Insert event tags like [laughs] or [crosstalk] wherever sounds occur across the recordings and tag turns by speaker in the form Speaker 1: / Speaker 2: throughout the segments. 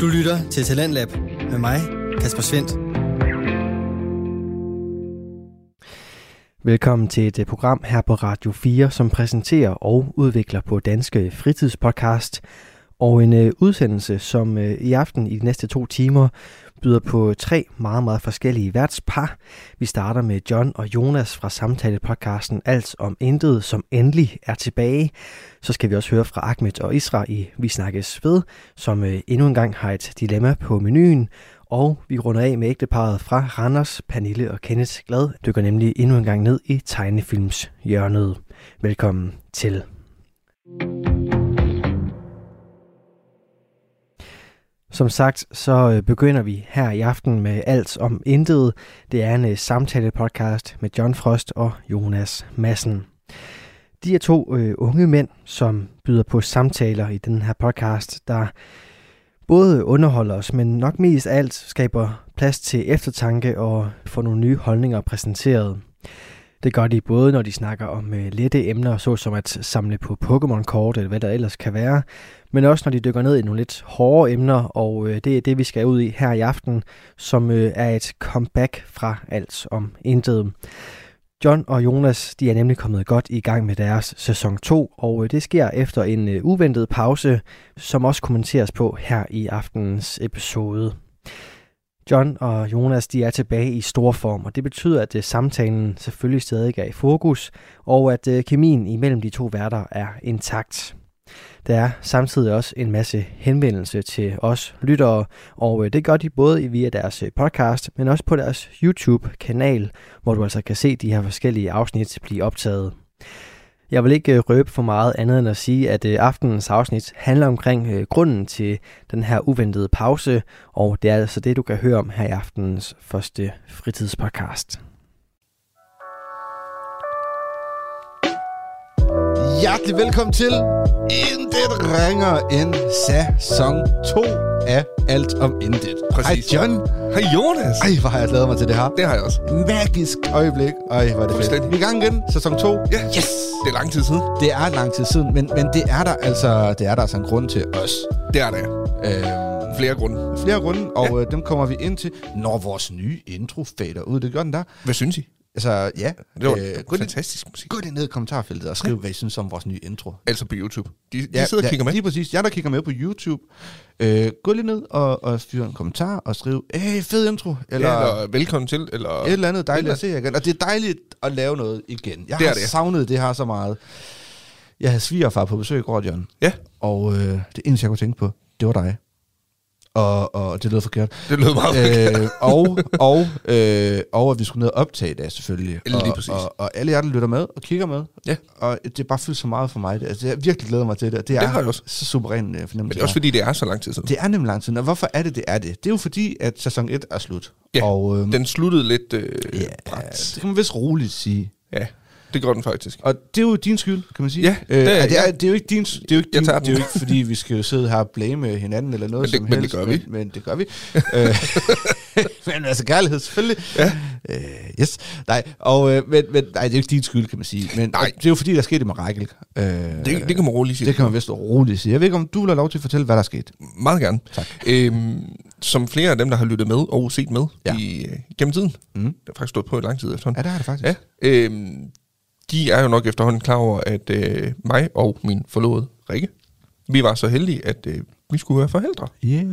Speaker 1: Du lytter til Talentlab med mig, Kasper Svendt. Velkommen til et øh, program her på Radio 4, som præsenterer og udvikler på Danske Fritidspodcast. Og en øh, udsendelse, som øh, i aften i de næste to timer byder på tre meget, meget forskellige værtspar. Vi starter med John og Jonas fra samtalepodcasten Alt om Intet, som endelig er tilbage. Så skal vi også høre fra Ahmed og Isra i Vi Snakkes Ved, som øh, endnu en gang har et dilemma på menuen. Og vi runder af med ægteparet fra Randers, Pernille og Kenneth Glad, dykker nemlig endnu en gang ned i tegnefilms hjørnet. Velkommen til. Som sagt, så øh, begynder vi her i aften med Alt om Intet. Det er en øh, samtale-podcast med John Frost og Jonas Madsen. De er to øh, unge mænd, som byder på samtaler i den her podcast, der både underholder os, men nok mest af alt skaber plads til eftertanke og får nogle nye holdninger præsenteret. Det gør de både, når de snakker om øh, lette emner, såsom at samle på Pokémon-kort eller hvad der ellers kan være, men også når de dykker ned i nogle lidt hårde emner, og øh, det er det, vi skal ud i her i aften, som øh, er et comeback fra alt om intet. John og Jonas, de er nemlig kommet godt i gang med deres sæson 2, og øh, det sker efter en øh, uventet pause, som også kommenteres på her i aftenens episode. John og Jonas de er tilbage i stor form, og det betyder, at øh, samtalen selvfølgelig stadig er i fokus, og at øh, kemien imellem de to værter er intakt. Der er samtidig også en masse henvendelse til os lyttere, og øh, det gør de både via deres øh, podcast, men også på deres YouTube-kanal, hvor du altså kan se de her forskellige afsnit blive optaget. Jeg vil ikke øh, røbe for meget andet end at sige, at øh, aftenens afsnit handler omkring øh, grunden til den her uventede pause, og det er altså det, du kan høre om her i aftenens første fritidspodcast.
Speaker 2: Hjertelig velkommen til Intet ringer en sæson 2 af Alt om Intet.
Speaker 3: Præcis.
Speaker 2: Hej John.
Speaker 3: Hej Jonas!
Speaker 2: Ej, hvor har jeg glædet mig til det her.
Speaker 3: Det har jeg også.
Speaker 2: Magisk øjeblik. Ej, hvor er det fedt.
Speaker 3: Fuldstændig.
Speaker 2: Vi er i gang igen. Sæson 2.
Speaker 3: Ja. Yes! Det er lang tid siden.
Speaker 2: Det er lang tid siden, men, men det er der altså det er der altså en grund til os.
Speaker 3: Det er det.
Speaker 2: Øhm,
Speaker 3: Flere grunde.
Speaker 2: flere grunde, og ja. øh, dem kommer vi ind til, når vores nye intro fader ud. Det gør den der.
Speaker 3: Hvad synes I?
Speaker 2: Altså, ja.
Speaker 3: Det var
Speaker 2: øh,
Speaker 3: øh,
Speaker 2: gå, ned,
Speaker 3: fantastisk musik.
Speaker 2: gå lige ned i kommentarfeltet og skriv, ja. hvad I synes om vores nye intro.
Speaker 3: Altså på YouTube. De, de sidder og kigger med.
Speaker 2: Lige præcis. Jeg der kigger med på YouTube. Øh, gå lige ned og, og fyr en kommentar og skriv, hey, fed intro, eller,
Speaker 3: Eller,
Speaker 2: ja, eller
Speaker 3: eller velkommen til, eller...
Speaker 2: et eller andet dejligt
Speaker 3: eller-
Speaker 2: at se jer igen. Og det er dejligt at lave noget igen. Jeg
Speaker 3: Det
Speaker 2: har
Speaker 3: er det.
Speaker 2: savnet det her så meget. Jeg havde svigerfar på besøg i går, John,
Speaker 3: Ja,
Speaker 2: og øh, det eneste, jeg kunne tænke på, det var dig. Og, og det lød forkert.
Speaker 3: det lød meget øh,
Speaker 2: øh, [laughs] og, og, øh, og at vi skulle ned og optage i dag, selvfølgelig.
Speaker 3: Lige
Speaker 2: og,
Speaker 3: præcis.
Speaker 2: og, og alle jer, der lytter med og kigger med.
Speaker 3: Ja.
Speaker 2: Og det er bare fyldt så meget for mig. Det, altså, jeg virkelig glæder mig til det. og Det, er
Speaker 3: Det har jeg også.
Speaker 2: så suveræn øh, fornemmelse.
Speaker 3: Men det er også fordi, det er så lang tid siden.
Speaker 2: det er nemlig lang tid. Og hvorfor er det, det er det? Det er jo fordi, at sæson 1 er slut.
Speaker 3: Ja,
Speaker 2: og, øh,
Speaker 3: Den sluttede lidt øh,
Speaker 2: ja,
Speaker 3: brat.
Speaker 2: det kan man vist roligt sige.
Speaker 3: Ja, det gør den faktisk.
Speaker 2: Og det er jo din skyld, kan man sige.
Speaker 3: Ja,
Speaker 2: øh,
Speaker 3: det er-
Speaker 2: det, er, det,
Speaker 3: ja.
Speaker 2: er, det er jo ikke din, det er jo ikke din,
Speaker 3: Jeg
Speaker 2: det
Speaker 3: tager
Speaker 2: er
Speaker 3: den.
Speaker 2: jo ikke fordi vi skal jo sidde her og blame hinanden eller noget
Speaker 3: Men det-
Speaker 2: som
Speaker 3: men det
Speaker 2: helst.
Speaker 3: gør vi.
Speaker 2: Men, men det gør vi. Øh, [laughs] men altså kærlighed selvfølgelig.
Speaker 3: Ja.
Speaker 2: Øh, yes. Nej, og, øh, men, men, nej, det er jo ikke din skyld, kan man sige. Men
Speaker 3: Nej.
Speaker 2: det er jo fordi, der skete et mirakel. Øh,
Speaker 3: Det, det kan man roligt sige.
Speaker 2: det kan man vist roligt sige. Jeg ved ikke, om du vil have lov til at fortælle, hvad der skete.
Speaker 3: Meget gerne.
Speaker 2: Tak.
Speaker 3: Øhm, som flere af dem, der har lyttet med og set med
Speaker 2: Ja.
Speaker 3: i, øh, gennem tiden.
Speaker 2: Mm.
Speaker 3: Det har faktisk stået på i lang tid efterhånden.
Speaker 2: Ja, det er det faktisk.
Speaker 3: Ja, øhm, de er jo nok efterhånden klar over, at øh, mig og min forlovede Rikke, vi var så heldige, at øh, vi skulle være forældre.
Speaker 2: Yeah.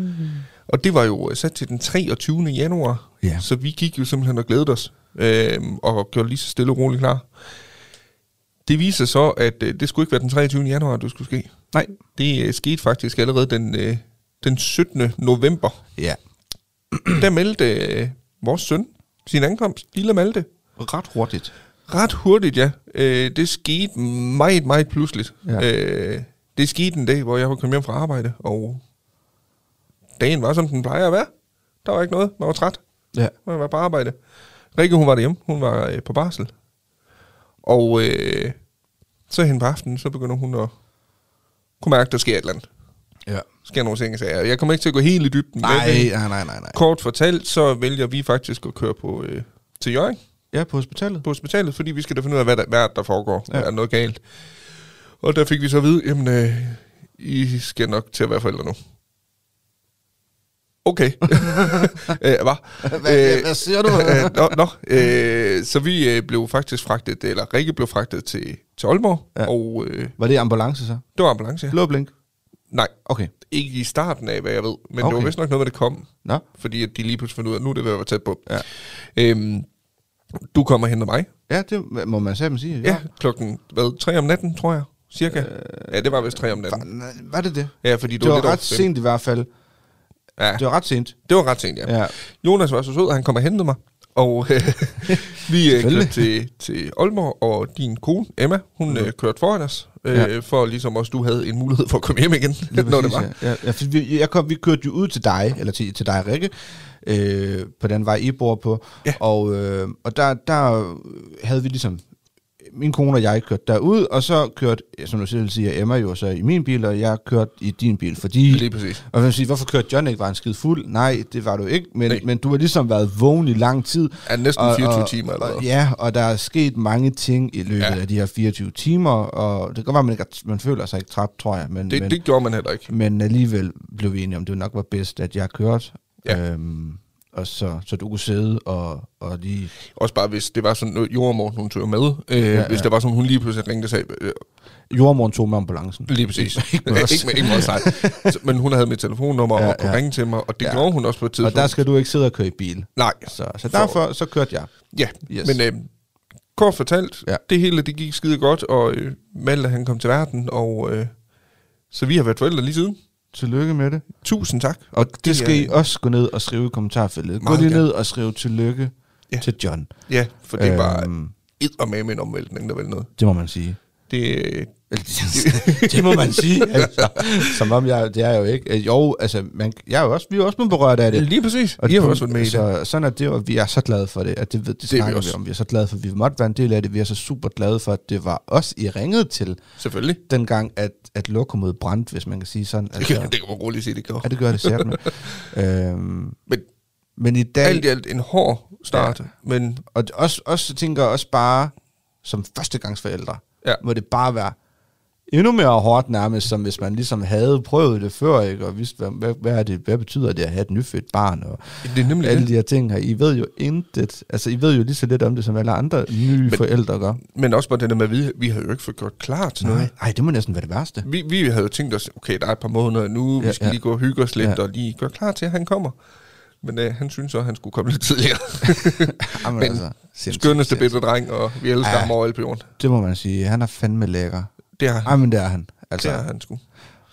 Speaker 3: Og det var jo øh, sat til den 23. januar,
Speaker 2: Ja.
Speaker 3: så vi gik jo simpelthen og glædede os, øhm, og gjorde lige så stille og roligt klar. Det viser sig så, at øh, det skulle ikke være den 23. januar, det skulle ske.
Speaker 2: Nej.
Speaker 3: Det øh, skete faktisk allerede den, øh, den 17. november.
Speaker 2: Ja.
Speaker 3: Der meldte øh, vores søn sin ankomst, lille Malte.
Speaker 2: Ret hurtigt.
Speaker 3: Ret hurtigt, ja. Øh, det skete meget, meget pludseligt.
Speaker 2: Ja.
Speaker 3: Ja. Øh, det skete en dag, hvor jeg var kommet hjem fra arbejde, og dagen var, som den plejer at være. Der var ikke noget. Man var træt.
Speaker 2: Ja.
Speaker 3: Man var på arbejde. Rikke, hun var derhjemme. Hun var øh, på barsel. Og øh, så hen på aftenen, så begynder hun at kunne mærke, der sker et eller andet.
Speaker 2: ja.
Speaker 3: Der sker nogle ting, jeg Jeg kommer ikke til at gå helt i dybden. med
Speaker 2: Nej,
Speaker 3: det.
Speaker 2: nej, nej, nej, nej.
Speaker 3: Kort fortalt, så vælger vi faktisk at køre på øh, til Jørgen
Speaker 2: Ja, på hospitalet.
Speaker 3: på hospitalet, fordi vi skal da finde ud af, hvad der, hvad der foregår.
Speaker 2: Ja.
Speaker 3: Ja. Er der noget galt? Og der fik vi så at vide, jamen, øh, I skal nok til at være forældre nu.
Speaker 2: [laughs]
Speaker 3: Okay. øh, hvad?
Speaker 2: Hvad, hvad siger
Speaker 3: [laughs]
Speaker 2: du?
Speaker 3: Øh, nå, nå. Øh, så vi øh, blev faktisk fragtet, eller Rikke blev fragtet til, til Aalborg,
Speaker 2: Ja.
Speaker 3: ja. og øh,
Speaker 2: Var det ambulance så?
Speaker 3: det var ambulance.
Speaker 2: Blå blink?
Speaker 3: Nej,
Speaker 2: Okay.
Speaker 3: ikke i starten af, hvad jeg ved, men okay. det
Speaker 2: Okay.
Speaker 3: var vist nok noget med, det kom,
Speaker 2: Nå.
Speaker 3: fordi at de lige pludselig fandt ud af, at nu er det ved at være tæt på.
Speaker 2: Ja.
Speaker 3: Øhm, du kommer hen til mig.
Speaker 2: Ja, det må man selv sige.
Speaker 3: Ja, ja klokken hvad, 3 om natten, tror jeg, cirka. Øh, ja, det var vist 3 om natten.
Speaker 2: Var- Var det det?
Speaker 3: Ja, fordi
Speaker 2: Det
Speaker 3: du
Speaker 2: var,
Speaker 3: lidt over
Speaker 2: ret
Speaker 3: fem.
Speaker 2: sent i hvert fald.
Speaker 3: Ja,
Speaker 2: Det var ret sent.
Speaker 3: det var ret sent, ja.
Speaker 2: Ja.
Speaker 3: Jonas var så sød, at han kom og hentede mig. Og øh, [laughs] vi øh, kørte til, til Aalborg, og din kone, Emma, hun mm. øh, kørte foran os, øh,
Speaker 2: Mhm. Ja.
Speaker 3: ja. for ligesom også du havde en mulighed for at komme hjem igen,
Speaker 2: Lige
Speaker 3: [laughs] når det
Speaker 2: præcis,
Speaker 3: var.
Speaker 2: Ja. Ja, ja, for vi, jeg kom, vi kørte jo ud til dig, eller til, til dig, Rikke, øh, på den vej, I bor på.
Speaker 3: Ja.
Speaker 2: Og, øh, og der, der havde vi ligesom, min kone og jeg kørte derud, og så kørte, ja, som du selv siger, Emma jo så i min bil, og jeg kørte i din bil, fordi...
Speaker 3: Lige præcis.
Speaker 2: Og man sige, hvorfor kørte John ikke? Var han skide fuld? Nej, det var du ikke, men,
Speaker 3: Nej.
Speaker 2: men du har ligesom været vågen i lang tid.
Speaker 3: Ja, næsten 24 timer eller
Speaker 2: og,
Speaker 3: hvad.
Speaker 2: Ja, og der er sket mange ting i løbet ja.
Speaker 3: Ja.
Speaker 2: af de her 24 timer, og det kan godt være, man, ikke, er- man føler sig ikke træt, tror jeg. Men, men,
Speaker 3: Det, det gjorde man heller ikke.
Speaker 2: men alligevel blev vi enige om, det nok var bedst, at jeg kørte.
Speaker 3: Ja.
Speaker 2: Øhm, og så, så du kunne sidde og, og lige...
Speaker 3: Også bare, hvis det var sådan, at jordmorgen, hun tog med. Øh, ja,
Speaker 2: ja.
Speaker 3: ja. Hvis det var sådan, hun lige pludselig ringte og sagde, øh,
Speaker 2: Jordmoren tog med ambulancen.
Speaker 3: Lige præcis.
Speaker 2: [laughs] Ikke med os.
Speaker 3: ikke med, ikke med os nej. Så- Men hun havde mit telefonnummer
Speaker 2: Ja,
Speaker 3: ja, og kunne
Speaker 2: ja.
Speaker 3: ja. ringe til mig, og det
Speaker 2: Ja.
Speaker 3: ja. gjorde hun også på et
Speaker 2: Og
Speaker 3: tidspunkt.
Speaker 2: der skal du ikke sidde og køre i bil.
Speaker 3: Nej,
Speaker 2: Så, så
Speaker 3: For-
Speaker 2: derfor så kørte jeg.
Speaker 3: ja.
Speaker 2: Yes.
Speaker 3: Yes. Men øh, kort fortalt,
Speaker 2: Ja.
Speaker 3: ja. det hele det gik skide godt, og øh, Malte han kom til verden, og øh, så vi har været forældre lige siden.
Speaker 2: Tillykke med det.
Speaker 3: Tusind tak.
Speaker 2: Og det, det
Speaker 3: det
Speaker 2: skal
Speaker 3: er-
Speaker 2: I også gå ned og skrive i kommentarfeltet. Gå
Speaker 3: Meget
Speaker 2: lige
Speaker 3: gerne.
Speaker 2: ned og skrive tillykke ja.
Speaker 3: Ja.
Speaker 2: til John.
Speaker 3: Ja, for det var
Speaker 2: Øhm,
Speaker 3: et og med en omvæltning, der vel noget.
Speaker 2: det må man [laughs] sige.
Speaker 3: Det, øh,
Speaker 2: det må man sige. Altså, som om jeg, det er jeg jo ikke. Øh, Jo, altså, man, jeg er jo også, vi er jo også blevet berørt af det.
Speaker 3: lige præcis.
Speaker 2: Og
Speaker 3: I har
Speaker 2: det-
Speaker 3: også været med i det.
Speaker 2: så, Sådan er det, og vi er så glade for det, at det, ved- det, det
Speaker 3: er vi
Speaker 2: snakker vi,
Speaker 3: også.
Speaker 2: om. Vi er så glade for, at vi måtte være en del af det. Vi er så super glade for, at det var os, I ringede til,
Speaker 3: Selvfølgelig.
Speaker 2: dengang, at, at lokummet brændte, hvis man kan sige sådan.
Speaker 3: Det
Speaker 2: Altså,
Speaker 3: kan, [laughs] det kan man roligt sige, det gjorde.
Speaker 2: ja, det gør det sært [laughs] med. øhm,
Speaker 3: Men
Speaker 2: men i dag,
Speaker 3: alt i alt en hård start, ja. men
Speaker 2: og det- også, også tænker jeg også bare, som førstegangsforældre,
Speaker 3: Ja.
Speaker 2: må det bare være endnu mere hårdt nærmest, som hvis man ligesom havde prøvet det før, ikke? og vidste, hvad, hvad, hvad, er det, hvad betyder det at have et nyfødt barn, og
Speaker 3: det er nemlig
Speaker 2: alle
Speaker 3: det.
Speaker 2: de her ting her. I ved jo intet, altså I ved jo lige så lidt om det, som alle andre nye Men, forældre gør.
Speaker 3: Men også bare det der med, at vi, vi havde jo ikke fået gjort klar til noget.
Speaker 2: Nej, ej, det må næsten være det værste.
Speaker 3: Vi, vi havde jo tænkt os, okay, der er et par måneder nu, ja,
Speaker 2: Ja,
Speaker 3: vi skal
Speaker 2: ja.
Speaker 3: ja. lige gå og hygge os lidt,
Speaker 2: Ja.
Speaker 3: ja. og lige gøre klar til, at han kommer. Men øh, han synes så, at han skulle komme lidt tidligere.
Speaker 2: Jamen, altså,
Speaker 3: Men
Speaker 2: sindssygt,
Speaker 3: Skønneste
Speaker 2: sindssygt.
Speaker 3: bedre dreng, og vi elsker
Speaker 2: Ja.
Speaker 3: ja. ham over alt på jorden.
Speaker 2: Det må man sige, han er fandme lækker.
Speaker 3: Det er han.
Speaker 2: Ej, men det er han. Altså.
Speaker 3: Det er han sgu.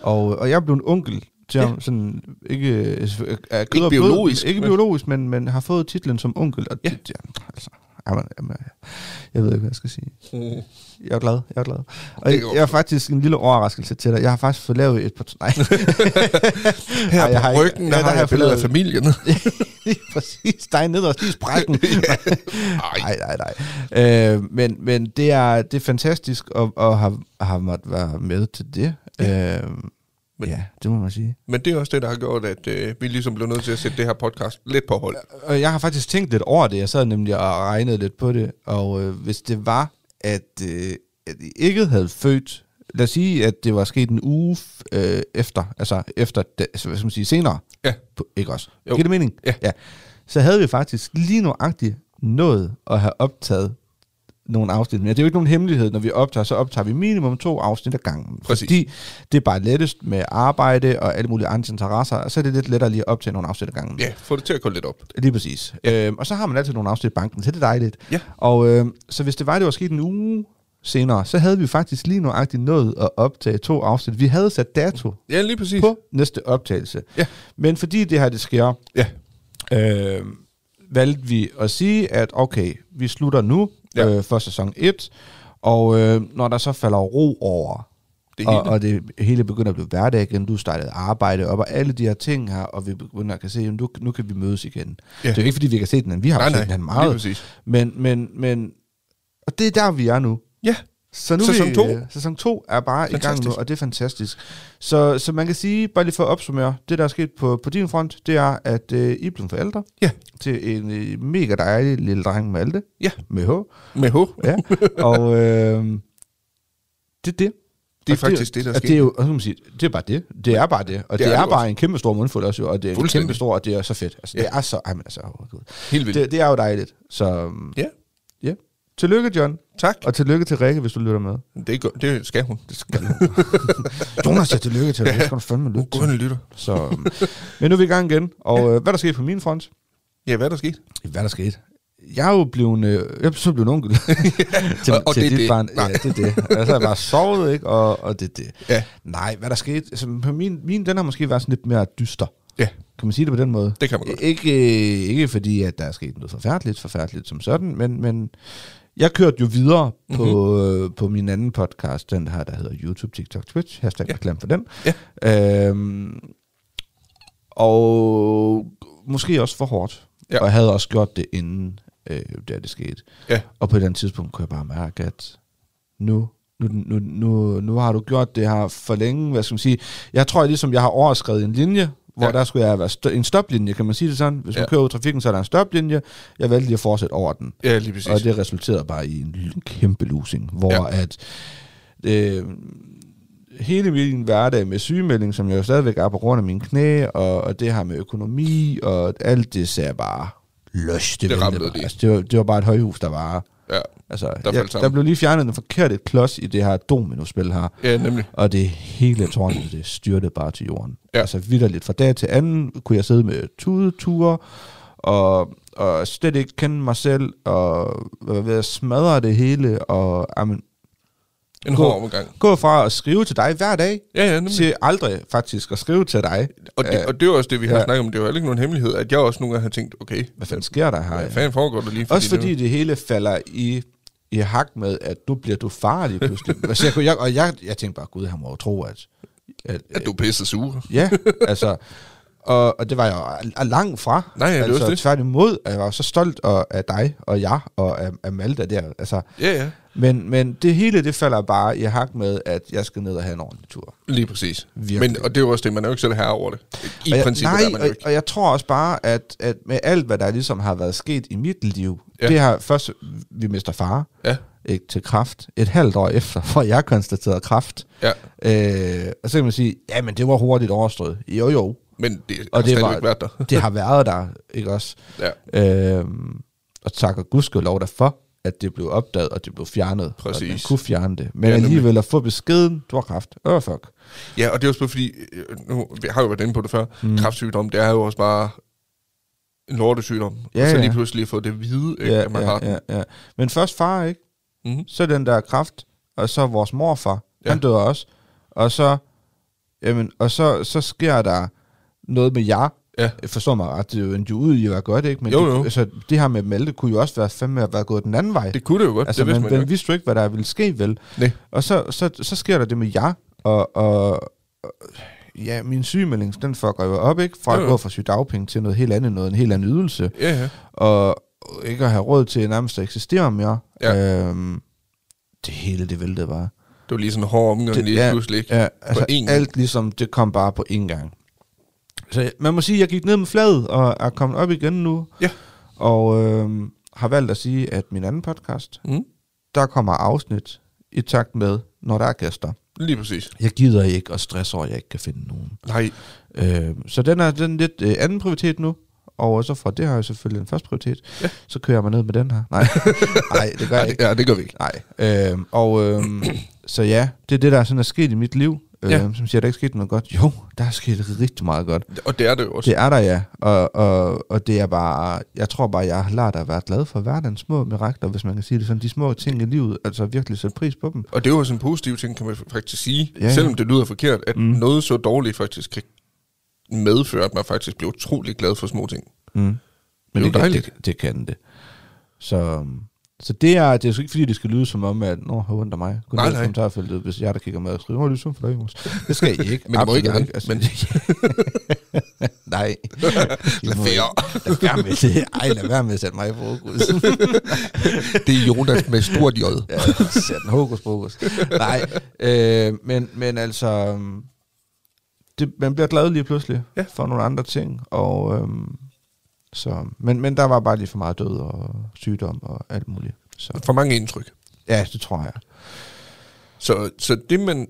Speaker 2: Og, og jeg er blevet en onkel til
Speaker 3: Ja.
Speaker 2: ham, sådan, ikke, øh, s- øh, er kød
Speaker 3: Ikke
Speaker 2: og blod,
Speaker 3: biologisk,
Speaker 2: ikke
Speaker 3: men-
Speaker 2: biologisk men, men har fået titlen som onkel. Og
Speaker 3: Ja.
Speaker 2: det, det, altså, jamen, jamen, jeg ved ikke, hvad jeg skal sige.
Speaker 3: Mm.
Speaker 2: Jeg er glad, jeg er glad. Og
Speaker 3: kan
Speaker 2: jeg,
Speaker 3: jeg godt
Speaker 2: jeg har faktisk en lille overraskelse til dig. Jeg har faktisk fået lavet et portræt. [laughs] Nej,
Speaker 3: Her
Speaker 2: Ej,
Speaker 3: Ej,
Speaker 2: jeg har
Speaker 3: på
Speaker 2: ikke-
Speaker 3: ryggen,
Speaker 2: ja, der
Speaker 3: der, der har
Speaker 2: har jeg
Speaker 3: jeg billeder af
Speaker 2: forladet-
Speaker 3: familien. [laughs]
Speaker 2: [laughs] lige præcis. Dig ned og spis [laughs] brækken.
Speaker 3: Ej,
Speaker 2: Nej, nej, nej. Øh, men, men det er, det er fantastisk at, at have, have måttet være med til det. Ja. Øh,
Speaker 3: Men-
Speaker 2: ja, det må man sige.
Speaker 3: men det er også det, der har gjort, at øh, vi ligesom blev nødt til at sætte det her podcast lidt på hold.
Speaker 2: Og jeg har faktisk tænkt lidt over det. Jeg sad nemlig og regnede lidt på det. Og øh, hvis det var, at, øh, at I ikke havde født... Lad os sige, at det var sket en uge f- øh, efter, altså efter, da- altså, hvad skal man sige, senere.
Speaker 3: Ja.
Speaker 2: På, ikke også?
Speaker 3: Jo.
Speaker 2: Giver det mening?
Speaker 3: Ja.
Speaker 2: ja. Så havde vi faktisk lige nuagtigt nået at have optaget nogle afsnit. Men det er jo ikke nogen hemmelighed, når vi optager, så optager vi minimum to afsnit ad gangen.
Speaker 3: Præcis.
Speaker 2: Fordi det er bare lettest med arbejde og alle mulige andre interesser, og så er det lidt lettere lige at optage nogle afsnit ad gangen.
Speaker 3: Ja, få det til at gå lidt op.
Speaker 2: Lige præcis. Ja. Øhm, og så har man altid nogle afsnit i banken, så det er dejligt.
Speaker 3: Ja.
Speaker 2: Og øhm, så hvis det var, det var sket en uge senere, så havde vi faktisk lige nøjagtigt nået at optage to afsnit. Vi havde sat dato
Speaker 3: Ja, lige præcis.
Speaker 2: på næste optagelse.
Speaker 3: Ja.
Speaker 2: Men fordi det her, det sker,
Speaker 3: Ja,
Speaker 2: øh, valgte vi at sige, at okay, vi slutter nu
Speaker 3: Ja.
Speaker 2: ja. øh, for sæson 1, og øh, når der så falder ro over,
Speaker 3: Det
Speaker 2: det
Speaker 3: hele.
Speaker 2: og, og det hele begynder at blive hverdag igen, du startede arbejde op, og alle de her ting her, og vi begynder at kan se, at nu, nu kan vi mødes igen. Ja.
Speaker 3: Ja.
Speaker 2: Det er jo ikke, fordi vi kan se den, anden. vi har
Speaker 3: Nej,
Speaker 2: jo set
Speaker 3: nej,
Speaker 2: den anden
Speaker 3: lige
Speaker 2: meget.
Speaker 3: præcis.
Speaker 2: Men, men, men, og det er der, vi er nu.
Speaker 3: ja.
Speaker 2: Så nu
Speaker 3: Sæson
Speaker 2: vi,
Speaker 3: to.
Speaker 2: øh, Sæson 2 er bare fantastisk. i gang nu,
Speaker 3: Fantastisk.
Speaker 2: og det er fantastisk. Så, så man kan sige, bare lige for at opsummere, det der er sket på, på din front, det er, at øh, I er blevet forældre
Speaker 3: Ja.
Speaker 2: til en øh, mega dejlig lille dreng Malte,
Speaker 3: Ja.
Speaker 2: med H.
Speaker 3: [laughs] Med H.
Speaker 2: Ja. og øh, det er det.
Speaker 3: Det er faktisk det, der
Speaker 2: sker. Det er
Speaker 3: sker.
Speaker 2: jo, og så kan man sige, det er bare det. Det er bare det. Og det, det er,
Speaker 3: jo
Speaker 2: bare
Speaker 3: også.
Speaker 2: en kæmpe stor mundfuld også, jo, og det er
Speaker 3: Fuldstændig.
Speaker 2: kæmpe stor, og det er så fedt. Altså, det er så... Ej, men altså, oh, Gud.
Speaker 3: Helt vildt.
Speaker 2: det, det er jo dejligt. Så
Speaker 3: Ja,
Speaker 2: ja. Tillykke, John.
Speaker 3: tak.
Speaker 2: Og tillykke til Rikke, hvis du lytter med.
Speaker 3: Det, gør, det skal hun. Det skal hun.
Speaker 2: Jonas, jeg tillykke
Speaker 3: [laughs]
Speaker 2: til dig. Det skal du fandme lytte til.
Speaker 3: Guderne lytter.
Speaker 2: Så, øhm, men nu er vi i gang igen. Og øh, hvad der skete på min front?
Speaker 3: Ja, hvad er der sket?
Speaker 2: Hvad der skete? Jeg er jo blevet, øh, jeg er så blevet
Speaker 3: [laughs]
Speaker 2: en onkel [laughs] til,
Speaker 3: og det er
Speaker 2: dit
Speaker 3: det.
Speaker 2: barn. Ja,
Speaker 3: Nej.
Speaker 2: det er det. Altså, jeg bare sovet, ikke? Og, og det er det.
Speaker 3: Ja.
Speaker 2: Nej, hvad der skete? Altså, på min, min, den har måske været sådan lidt mere dyster.
Speaker 3: Ja.
Speaker 2: Kan man sige det på den måde?
Speaker 3: Det kan man godt.
Speaker 2: Ikke, øh, ikke fordi, at der er sket noget forfærdeligt, forfærdeligt som sådan, men, men jeg kørte jo videre mm-hmm. på, øh, på min anden podcast, den her, der hedder YouTube, TikTok, Twitch. Hashtag
Speaker 3: Ja.
Speaker 2: ja. for den. Ja. Øhm, og måske også for hårdt.
Speaker 3: Ja.
Speaker 2: Ja. Og jeg havde også gjort det inden, øh, der det skete.
Speaker 3: Ja.
Speaker 2: Og på et eller andet tidspunkt kunne jeg bare mærke, at nu, nu, nu, nu, nu har du gjort det her for længe. Hvad skal man sige? Jeg tror, at ligesom jeg har overskrevet en linje, hvor
Speaker 3: Ja.
Speaker 2: ja. der skulle jeg være st- en stoplinje, kan man sige det sådan. Hvis man
Speaker 3: Ja.
Speaker 2: ja. kører ud i trafikken, så er der en stoplinje. Jeg valgte lige at fortsætte over den.
Speaker 3: Ja, lige præcis.
Speaker 2: Og det resulterede bare i en l- kæmpe losing, hvor
Speaker 3: Ja.
Speaker 2: ja. at øh, hele min hverdag med sygemelding, som jeg jo stadigvæk er på grund af mine knæ, og, og det her med økonomi, og alt det sagde bare løs. Det,
Speaker 3: Det
Speaker 2: væltede
Speaker 3: ramlede
Speaker 2: bare.
Speaker 3: lige.
Speaker 2: Altså, det, var, det var bare et højhus, der var...
Speaker 3: Ja.
Speaker 2: Altså,
Speaker 3: faldt
Speaker 2: der, jeg,
Speaker 3: sammen.
Speaker 2: der blev lige fjernet den forkerte klods i det her dominospil her.
Speaker 3: ja, nemlig.
Speaker 2: Og det hele tårnet, det styrte bare til jorden.
Speaker 3: Ja.
Speaker 2: Ja. Altså vidderligt. Fra dag til anden kunne jeg sidde med tudeture, og, og slet ikke kende mig selv, og være ved at smadre det hele, og amen,
Speaker 3: En
Speaker 2: Gå.
Speaker 3: hård omgang.
Speaker 2: gå fra at skrive til dig hver dag,
Speaker 3: Ja, ja, nemlig.
Speaker 2: til aldrig faktisk at skrive til dig.
Speaker 3: Og det,
Speaker 2: Øh,
Speaker 3: og det er jo også det, vi har ja.
Speaker 2: ja.
Speaker 3: snakket om. Det er jo heller ikke nogen hemmelighed, at jeg også nogle gange har tænkt, okay,
Speaker 2: Hvad fanden sker der her?
Speaker 3: hvad fanden foregår der lige?
Speaker 2: Også fordi
Speaker 3: det-
Speaker 2: det hele falder i, i hak med, at nu bliver du farlig pludselig.
Speaker 3: [laughs]
Speaker 2: Altså, jeg, kunne- jeg, og jeg, jeg tænkte bare, gud, han må jo tro, at... at
Speaker 3: At du er pisse sur.
Speaker 2: Ja, altså... Og, og det var jeg jo al- langt fra.
Speaker 3: Nej, ja, det er
Speaker 2: altså,
Speaker 3: også det.
Speaker 2: Tværtimod, at jeg var så stolt af, af dig og jeg og af, af Malta der. Altså,
Speaker 3: Ja, ja.
Speaker 2: men, men det hele, det falder bare i hak med, at jeg skal ned og have en ordentlig tur.
Speaker 3: Lige præcis.
Speaker 2: Virkelig.
Speaker 3: Men, og det er jo også det, man er jo ikke selv herre over det. I
Speaker 2: og jeg,
Speaker 3: princippet
Speaker 2: nej,
Speaker 3: er man jo
Speaker 2: og,
Speaker 3: ikke.
Speaker 2: og jeg tror også bare, at, at med alt, hvad der ligesom har været sket i mit liv,
Speaker 3: Ja.
Speaker 2: ja. det har først, vi mister far,
Speaker 3: Ja,
Speaker 2: ikke, til kraft et halvt år efter, hvor jeg konstaterede kraft.
Speaker 3: ja.
Speaker 2: Øh, og så kan man sige, jamen det var hurtigt overstået. Jo jo,
Speaker 3: Men det
Speaker 2: og
Speaker 3: har
Speaker 2: det,
Speaker 3: stadigvæk
Speaker 2: var,
Speaker 3: været der.
Speaker 2: det har været der, ikke også?
Speaker 3: Ja,
Speaker 2: Øh, og tak og gudskelov derfor, at det blev opdaget, og det blev fjernet. Og at man
Speaker 3: Præcis.
Speaker 2: kunne fjerne det. Men
Speaker 3: Ja,
Speaker 2: ja,
Speaker 3: nemlig.
Speaker 2: alligevel at få beskeden, du har kraft. Åh, oh, fuck.
Speaker 3: ja og det er også bare fordi, øh, nu vi har jo været inde på det før, mm. kræftsygdom, det er jo også bare en lortesygdom. Ja,
Speaker 2: Ja,
Speaker 3: og så lige
Speaker 2: ja.
Speaker 3: pludselig få det at vide, ikke,
Speaker 2: Ja,
Speaker 3: at man har
Speaker 2: ja,
Speaker 3: den.
Speaker 2: ja, ja. Men først far, ikke?
Speaker 3: Mhm.
Speaker 2: Så den der kraft, og så vores morfar,
Speaker 3: Ja.
Speaker 2: ja. han døde også. Og så, jamen, og så, så sker der noget med jer,
Speaker 3: Ja.
Speaker 2: Forstår mig ret, det er jo en ud i at gøre det, ikke? Men
Speaker 3: Jo,
Speaker 2: det,
Speaker 3: jo.
Speaker 2: Altså, det her med Malte kunne jo også være fandme at være gået den anden vej.
Speaker 3: Det kunne det jo godt, altså,
Speaker 2: altså,
Speaker 3: det
Speaker 2: man,
Speaker 3: vidste man jo
Speaker 2: man
Speaker 3: ikke.
Speaker 2: vidste jo ikke, hvad der ville ske, vel?
Speaker 3: Nej.
Speaker 2: Og så, så, så sker der det med jer, og, og, og ja, min sygemelding, den fucker jo op, ikke? Fra
Speaker 3: Jo,
Speaker 2: at
Speaker 3: jo.
Speaker 2: gå fra sygedagpenge til noget helt andet, noget en helt anden ydelse,
Speaker 3: Ja, ja.
Speaker 2: og ikke at have råd til nærmest at eksistere mere.
Speaker 3: Ja.
Speaker 2: Øhm, det hele, det væltede bare.
Speaker 3: Det var lige sådan en hård omgang
Speaker 2: Det-
Speaker 3: lige
Speaker 2: ja,
Speaker 3: pludselig. Ikke?
Speaker 2: Ja, altså
Speaker 3: én gang.
Speaker 2: alt ligesom, det kom bare på én gang. Så jeg- man må sige, at jeg gik ned med fladet og er kommet op igen nu.
Speaker 3: Ja.
Speaker 2: Og øhm, har valgt at sige, at min anden podcast,
Speaker 3: Mm.
Speaker 2: der kommer afsnit i takt med, når der er gæster.
Speaker 3: Lige præcis.
Speaker 2: Jeg gider ikke at stresse over, at jeg ikke kan finde nogen.
Speaker 3: Nej,
Speaker 2: Øh, så den er den er lidt øh, anden prioritet nu. Og så fra det har jeg selvfølgelig en første prioritet. Ja. Så kører jeg mig ned med den her.
Speaker 3: [laughs]
Speaker 2: Nej, Nej det gør
Speaker 3: ja,
Speaker 2: jeg
Speaker 3: det,
Speaker 2: ikke.
Speaker 3: ja, det gør vi ikke.
Speaker 2: Nej. Øh, og øh, så ja, det er det, der sådan er sket i mit liv. Øh,
Speaker 3: Ja.
Speaker 2: ja. Som siger, der er ikke sket noget godt. Jo, der er sket rigtig meget godt.
Speaker 3: Og det er det jo også.
Speaker 2: Det er der, ja. Og, og, og det er bare, jeg tror bare, jeg har lært at være glad for hverdagens små mirakler, hvis man kan sige det sådan. De små ting i livet, altså virkelig sætte pris på dem.
Speaker 3: Og det er jo også en positiv ting, kan man faktisk sige, ja,
Speaker 2: Ja, ja.
Speaker 3: ja. selvom det lyder forkert, at mm.
Speaker 2: Mm.
Speaker 3: noget så dårligt faktisk kan medføre, at man faktisk bliver utrolig glad for små ting.
Speaker 2: Mm.
Speaker 3: jo
Speaker 2: Men det, kan,
Speaker 3: dejligt.
Speaker 2: det, det kan det. Så, øhm, så det er, det er jo ikke fordi, det skal lyde som om, at nå, har ondt af mig. Gå
Speaker 3: Nej,
Speaker 2: ned i
Speaker 3: nej.
Speaker 2: kommentarfeltet, hvis jeg der kigger med og skriver, åh, det er synd for dig, Jonas. Det skal I ikke.
Speaker 3: [laughs] Men I må ikke
Speaker 2: Absolut Altså,
Speaker 3: an- men-
Speaker 2: [laughs] nej.
Speaker 3: [laughs] Lad
Speaker 2: I må
Speaker 3: være.
Speaker 2: ikke. Lad være med det. Ej, lad være med at sætte mig i fokus.
Speaker 3: Det er Jonas med stort jod.
Speaker 2: Ja, sat en hokus pokus. Nej, øh, men, men altså, øhm, det, man bliver glad lige pludselig
Speaker 3: Ja.
Speaker 2: ja. for nogle andre ting, og øhm, så, men, men der var bare lige for meget død og sygdom og alt muligt. Så
Speaker 3: For mange indtryk.
Speaker 2: ja, det tror jeg.
Speaker 3: Så, så det, man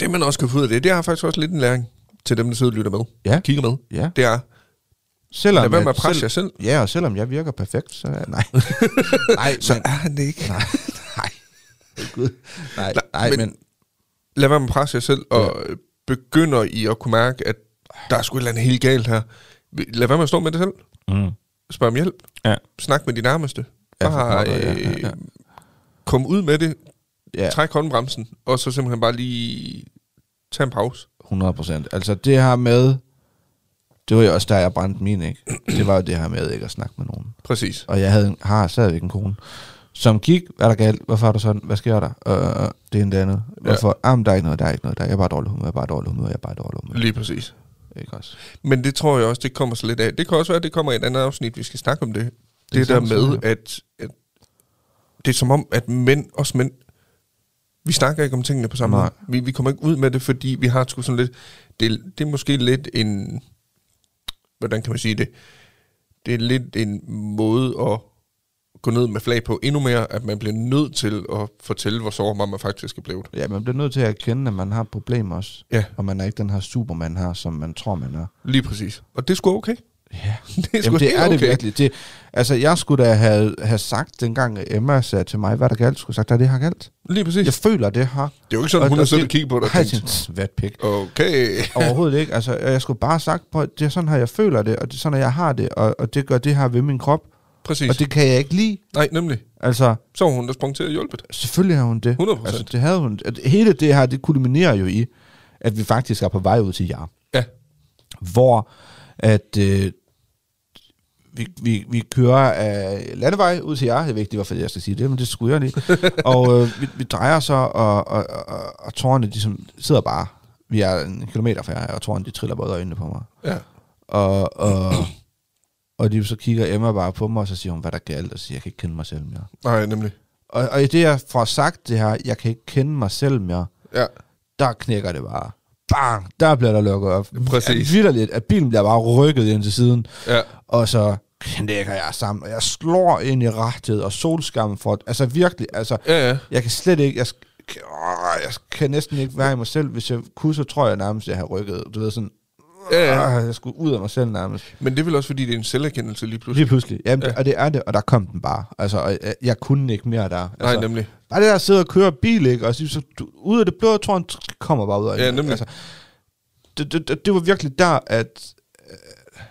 Speaker 3: Det, man også kan få ud af det, det er faktisk også lidt en læring til dem, der sidder og lytter med.
Speaker 2: Ja.
Speaker 3: Kigger med.
Speaker 2: Ja.
Speaker 3: Det er,
Speaker 2: Selvom,
Speaker 3: lad være med at presse
Speaker 2: selv,
Speaker 3: jer selv.
Speaker 2: Ja, og selvom jeg virker perfekt, så er
Speaker 3: [laughs]
Speaker 2: nej. nej,
Speaker 3: Så
Speaker 2: men,
Speaker 3: er han det ikke.
Speaker 2: nej, [laughs] nej. Åh, Gud. Nej,
Speaker 3: Nej,
Speaker 2: nej,
Speaker 3: men-
Speaker 2: men, men
Speaker 3: lad være med at presse jer selv, og ja. begynder I at kunne mærke, at der er sgu et eller andet helt galt her. Lad være med at stå med det selv.
Speaker 2: mm,
Speaker 3: Spørg om hjælp.
Speaker 2: Ja.
Speaker 3: Snak med de nærmeste.
Speaker 2: Ja, for
Speaker 3: Bare
Speaker 2: pokker, ja,
Speaker 3: øh,
Speaker 2: ja, ja.
Speaker 3: kom ud med det,
Speaker 2: ja,
Speaker 3: træk håndbremsen, og så simpelthen bare lige tage en pause.
Speaker 2: 100 procent. Altså det her med, det var jo også der, jeg brændte min, ikke? Det var jo det her med ikke at snakke med nogen.
Speaker 3: Præcis.
Speaker 2: Og jeg havde en, har stadigvæk en kone, som gik, hvad er der galt? Hvorfor er du sådan? Hvad sker der? Øh, det er en det andet. Hvorfor? Ja. Jamen, der er ikke noget, der er ikke noget. Der er jeg er bare dårlig humør, jeg er bare dårlig humør, jeg er bare dårlig humør.
Speaker 3: Lige præcis.
Speaker 2: Ikke også?
Speaker 3: Men det tror jeg også, det kommer så lidt af. Det kan også være, at det kommer i et andet afsnit, vi skal snakke om det. Det, det der
Speaker 2: sagtens
Speaker 3: med,
Speaker 2: være.
Speaker 3: at, at det er som om, at mænd, os mænd, vi snakker ikke om tingene på samme
Speaker 2: Nej.
Speaker 3: måde. Vi, vi kommer ikke ud med det, fordi vi har sgu sådan lidt... Det, det er måske lidt en... Hvordan kan man sige det? Det er lidt en måde at gå ned med flag på endnu mere, at man bliver nødt til at fortælle, hvor sårbar man faktisk er blevet.
Speaker 2: Ja, man bliver nødt til at erkende, at man har problemer også.
Speaker 3: Ja.
Speaker 2: Og man er ikke den her superman her, som man tror, man er.
Speaker 3: Lige præcis. Og det er sgu okay.
Speaker 2: Ja.
Speaker 3: [laughs] Det er, sgu
Speaker 2: Jamen, det
Speaker 3: helt
Speaker 2: er det
Speaker 3: okay.
Speaker 2: virkelig. Det, altså, jeg skulle da have, have sagt, dengang Emma sagde til mig, hvad er der galt, skulle jeg have sagt, der er det her galt.
Speaker 3: Lige præcis.
Speaker 2: Jeg føler det her.
Speaker 3: Det er jo ikke sådan,
Speaker 2: Og-
Speaker 3: hun har
Speaker 2: og
Speaker 3: siddet og
Speaker 2: det-
Speaker 3: kigget på dig og
Speaker 2: Hej,
Speaker 3: tænkt,
Speaker 2: din svatpik.
Speaker 3: Okay.
Speaker 2: Overhovedet ikke. Altså, jeg skulle bare have sagt, prøv, det er sådan her, jeg føler det, og det er sådan, jeg har det, og, og det gør det her ved min krop,
Speaker 3: Præcis.
Speaker 2: og det kan jeg ikke lide.
Speaker 3: Nej, nemlig.
Speaker 2: Altså,
Speaker 3: Så var hun der sprung til at hjælpe det.
Speaker 2: selvfølgelig har hun det.
Speaker 3: 100%.
Speaker 2: Altså, det havde hun. At Hele det her, det kulminerer jo i, at vi faktisk er på vej ud til jer.
Speaker 3: Ja.
Speaker 2: hvor at øh, vi, vi, vi kører af landevej ud til jer. Jeg ved ikke, det var fordi, jeg skal sige det, men det skulle jeg lige. og øh, vi, vi drejer så, og, og, og, og tårerne de som, sidder bare. Vi er en kilometer fra jer, og tårerne de triller både øjnene på mig.
Speaker 3: Ja.
Speaker 2: Og, og, og de, så kigger Emma bare på mig, og så siger hun, hvad er der galt, og så siger, jeg kan ikke kende mig selv mere.
Speaker 3: Nej, nemlig.
Speaker 2: Og, og i det, jeg får sagt det her, jeg kan ikke kende mig selv mere,
Speaker 3: Ja.
Speaker 2: der knækker det bare. Bang! Der bliver der lukket op.
Speaker 3: Præcis.
Speaker 2: Vitterligt, at bilen bliver bare rykket ind til siden,
Speaker 3: Ja.
Speaker 2: og så knækker jeg sammen, og jeg slår ind i rettet, og solskammen for... Altså virkelig, altså,
Speaker 3: Ja, ja.
Speaker 2: jeg kan slet ikke... Jeg, sk- kan- åh, jeg kan næsten ikke være i mig selv. Hvis jeg kunne, så tror jeg nærmest, jeg har rykket. Du ved sådan...
Speaker 3: Ja, ja.
Speaker 2: Ja. Jeg skulle ud af mig selv nærmest.
Speaker 3: Men det er vel også, fordi det er en selverkendelse lige pludselig.
Speaker 2: Lige pludselig. Jamen,
Speaker 3: Ja.
Speaker 2: ja. Og det er det, og der kom den bare. Altså, og jeg, jeg kunne ikke mere der. Altså,
Speaker 3: Nej, nemlig.
Speaker 2: Bare det der at sidde og køre bil, ikke? Og så, så du, ud af det blå, tror han kommer bare ud af
Speaker 3: Ja,
Speaker 2: øjnene.
Speaker 3: nemlig.
Speaker 2: det, det, det, det var virkelig der, at... Øh,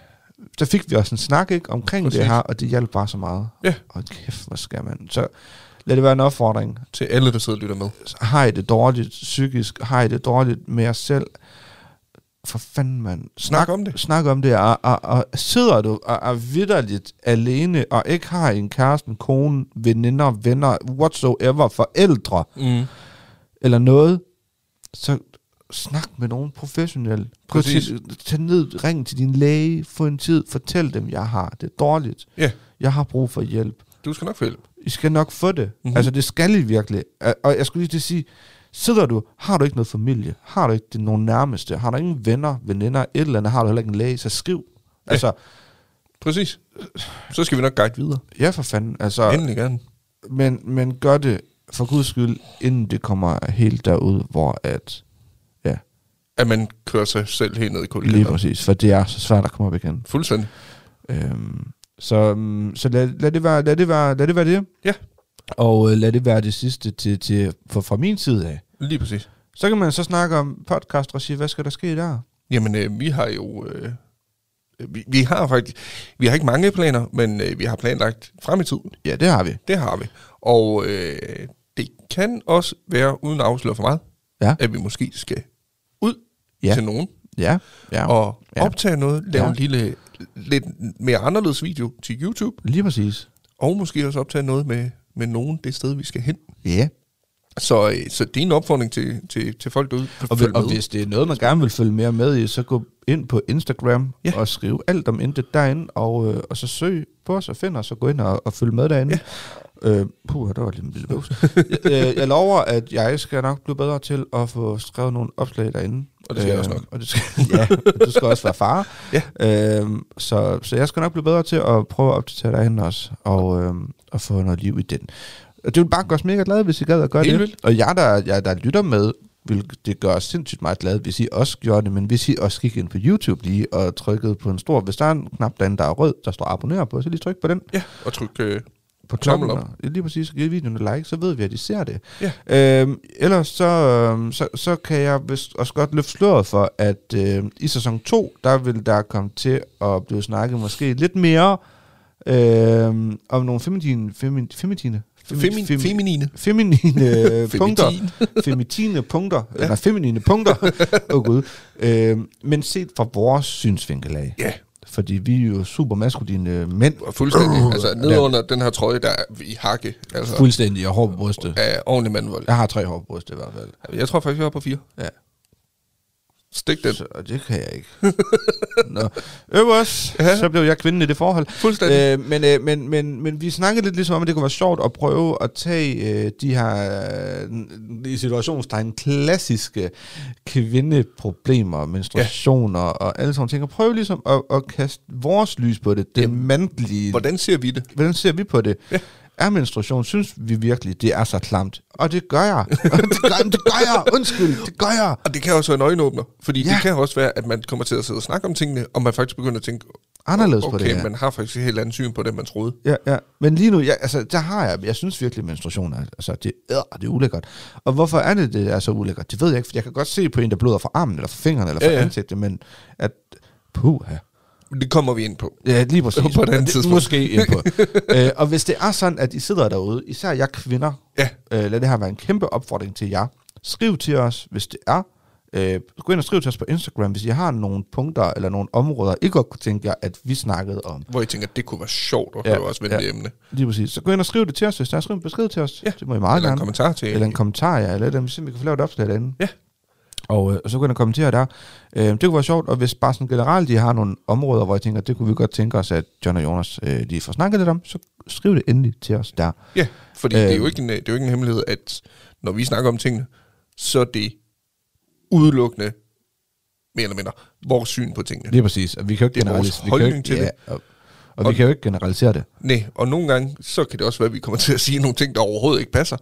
Speaker 2: der fik vi også en snak, ikke? Omkring Præcis.
Speaker 3: Præcis.
Speaker 2: det her, og det hjalp bare så meget.
Speaker 3: Ja.
Speaker 2: Og kæft, hvor skal man... Så lad det være en opfordring.
Speaker 3: Til alle, der sidder og lytter med.
Speaker 2: Har I det dårligt psykisk? Har I det dårligt med jer selv? For fanden, mand.
Speaker 3: Snak om det.
Speaker 2: Snak om det, og, og, og sidder du og er vidderligt alene, og ikke har en kæreste, en kone, veninder, venner, whatsoever, forældre,
Speaker 3: Mm.
Speaker 2: eller noget, så snak med nogen professionel. Gå
Speaker 3: Præcis.
Speaker 2: til, tag ned, ring til din læge, få en tid, fortæl dem, jeg har det dårligt.
Speaker 3: Ja.
Speaker 2: Jeg har brug for hjælp.
Speaker 3: Du skal nok få hjælp.
Speaker 2: I skal nok få det.
Speaker 3: Mhm.
Speaker 2: Mm-hmm. Altså, det skal I virkelig. Og- Og jeg skulle lige til at sige, sidder du, har du ikke noget familie, har du ikke det- nogen nærmeste, har du ingen venner, veninder, et eller andet, har du heller ikke en læge, så skriv.
Speaker 3: Ja.
Speaker 2: Altså,
Speaker 3: Præcis. Så skal vi nok guide videre.
Speaker 2: ja for fanden. Altså,
Speaker 3: Endelig gerne.
Speaker 2: men, men gør det for guds skyld, inden det kommer helt derud, hvor at
Speaker 3: At man kører sig selv helt ned i kulden.
Speaker 2: Lige præcis, for det er så svært at komme op igen.
Speaker 3: Fuldstændig.
Speaker 2: Øhm, så øhm, så lad, lad, det være, lad, det være, lad det være det.
Speaker 3: Ja.
Speaker 2: Og øh, lad det være det sidste til, til for, fra min side af.
Speaker 3: Lige præcis.
Speaker 2: Så kan man så snakke om podcast og sige, hvad skal der ske der?
Speaker 3: Jamen, øh, vi har jo... Øh, vi, vi har faktisk... Vi har ikke mange planer, men øh, vi har planlagt frem i tiden.
Speaker 2: Ja, det har vi.
Speaker 3: Det har vi. Og øh, det kan også være, uden at afsløre for meget,
Speaker 2: Ja.
Speaker 3: at vi måske skal ud ja.
Speaker 2: Ja.
Speaker 3: til nogen
Speaker 2: Ja, ja. Og
Speaker 3: og
Speaker 2: Ja.
Speaker 3: optage noget, lave ja.
Speaker 2: Ja.
Speaker 3: en lille, lidt mere anderledes video til YouTube,
Speaker 2: lige præcis.
Speaker 3: og måske også optage noget med, med nogen det sted, vi skal hen.
Speaker 2: Ja.
Speaker 3: Så, øh, så det er en opfordring til, til, til folk derude.
Speaker 2: Og,
Speaker 3: Følg
Speaker 2: vil, og
Speaker 3: med.
Speaker 2: hvis det er noget, man gerne vil følge mere med i, så gå ind på Instagram
Speaker 3: Ja.
Speaker 2: ja. og skriv alt om intet derinde, og, øh, og så søg på os og find os og gå ind og, og følg med derinde. Ja. Øh, puh, der var lige en lille bøvs. jeg, øh, jeg lover, at jeg skal nok blive bedre til at få skrevet nogle opslag derinde. Øh,
Speaker 3: Og det skal jeg også nok.
Speaker 2: Og det skal, [laughs] ja, og du skal også være far.
Speaker 3: Ja.
Speaker 2: Øh, så, så jeg skal nok blive bedre til at prøve at opdatere derinde også, og, øh, og få noget liv i den. Og det ville bare gøre os mega glade, hvis I gad at gøre
Speaker 3: Helt
Speaker 2: det.
Speaker 3: vildt.
Speaker 2: Og jeg der, jeg, der lytter med, ville det gøre os sindssygt meget glade, hvis I også gjorde det, men hvis I også gik ind på YouTube lige og trykkede på en stor, hvis der er en knap derinde, der er rød, der står abonner på, så lige tryk på den.
Speaker 3: Ja, og tryk øh,
Speaker 2: På
Speaker 3: Tommel
Speaker 2: tommel op. Lige præcis, giv videoen et like, så ved vi, at I ser det.
Speaker 3: Ja.
Speaker 2: Øhm, ellers så, øhm, så, så kan jeg vist også godt løfte sløret for, at øhm, i sæson 2, der vil der komme til at blive snakket måske lidt mere øhm, om nogle feminine, feminine, feminine,
Speaker 3: femin, feminine. [laughs]
Speaker 2: feminine punkter
Speaker 3: Femitin.
Speaker 2: [laughs] feminine punkter, ja. eller feminine punkter, åh oh, gud, øhm, men set fra vores synsvinkel af.
Speaker 3: Ja.
Speaker 2: Fordi vi er jo super maskuline mænd.
Speaker 3: Og Fuldstændig.
Speaker 2: Uh,
Speaker 3: Altså, ned under den her trøje, der er i hakke. Altså,
Speaker 2: Fuldstændig, og hår på brystet.
Speaker 3: af ordentlig mandvold.
Speaker 2: Jeg har tre hår på brystet i hvert fald.
Speaker 3: Jeg tror faktisk, jeg er på fire.
Speaker 2: Ja.
Speaker 3: Stik den.
Speaker 2: Så, og det kan jeg ikke. [laughs] Nå. Øv os, ja.
Speaker 3: Ja.
Speaker 2: så blev jeg kvinden i det forhold.
Speaker 3: Fuldstændig.
Speaker 2: Øh, men, øh, men, men, men vi snakkede lidt ligesom om, at det kunne være sjovt at prøve at tage øh, de her, øh, i situationstegn, klassiske kvindeproblemer, menstruationer ja. og alle sådan nogle ting, og prøve ligesom at, at kaste vores lys på det, det
Speaker 3: Jamen,
Speaker 2: mandlige. Hvordan?
Speaker 3: Hvordan ser vi det?
Speaker 2: hvordan ser vi på det?
Speaker 3: Ja.
Speaker 2: Er menstruation, synes vi virkelig, det er så klamt? Og det gør jeg. [laughs] det, gør, det gør jeg. Undskyld, det gør jeg.
Speaker 3: Og det kan også være en øjenåbner, fordi ja.
Speaker 2: Ja.
Speaker 3: det kan også være, at man kommer til at sidde og snakke om tingene, og man faktisk begynder at tænke,
Speaker 2: Anderledes på
Speaker 3: okay,
Speaker 2: det her.
Speaker 3: man har faktisk et helt andet syn på det, man troede.
Speaker 2: Ja, ja. Men lige nu, jeg, altså, der har jeg, jeg synes virkelig, at menstruation er, altså, det, øh, det er ulækkert. Og hvorfor er det, det er så ulækkert? Det ved jeg ikke, for jeg kan godt se på en, der bløder fra armen, eller fra fingrene, eller fra
Speaker 3: Ja,
Speaker 2: ja,
Speaker 3: ja.
Speaker 2: ja. ansigtet, men at, puha.
Speaker 3: Men Det kommer vi ind på.
Speaker 2: Ja, lige præcis.
Speaker 3: På et andet
Speaker 2: Men det-
Speaker 3: tidspunkt.
Speaker 2: Måske ind på.
Speaker 3: [laughs]
Speaker 2: øh, og hvis det er sådan, at I sidder derude, især jer kvinder,
Speaker 3: Ja.
Speaker 2: øh, lad det her være en kæmpe opfordring til jer. Skriv til os, hvis det er. Øh, gå ind og skriv til os på Instagram, hvis I har nogle punkter eller nogle områder, I godt kunne tænke jer, at vi snakkede om.
Speaker 3: Hvor jeg tænker, at det kunne være sjovt at
Speaker 2: Ja,
Speaker 3: høre ja. også ved
Speaker 2: ja.
Speaker 3: ja. det emne.
Speaker 2: Lige præcis. Så gå ind og skriv det til os, hvis der er skrevet en besked til os.
Speaker 3: Ja.
Speaker 2: Det må I meget
Speaker 3: Eller en
Speaker 2: gerne.
Speaker 3: kommentar til.
Speaker 2: eller en kommentar, ja. Eller dem, vi kan få lavet et opslag derinde.
Speaker 3: Ja.
Speaker 2: Og øh, så gå ind og kommentere der. Øh, det kunne være sjovt, og hvis bare sådan generelt, de har nogle områder, hvor jeg tænker, det kunne vi godt tænke os, at John og Jonas øh, lige får snakket lidt om, så skriv det endelig til os der.
Speaker 3: Ja, fordi øh. det, er jo
Speaker 2: Øhm.
Speaker 3: ikke en, det er jo ikke en hemmelighed, at når vi snakker om tingene, så er det udelukkende, mere eller mindre, vores syn på tingene.
Speaker 2: Lige præcis. Og vi kan jo ikke
Speaker 3: Det er vores
Speaker 2: generalis- vi kan jo
Speaker 3: holdning
Speaker 2: ikke-
Speaker 3: til det.
Speaker 2: ja, Og, og, og vi kan jo ikke generalisere det.
Speaker 3: Nej, og nogle gange, så kan det også være, at vi kommer til at sige nogle ting, der overhovedet ikke passer.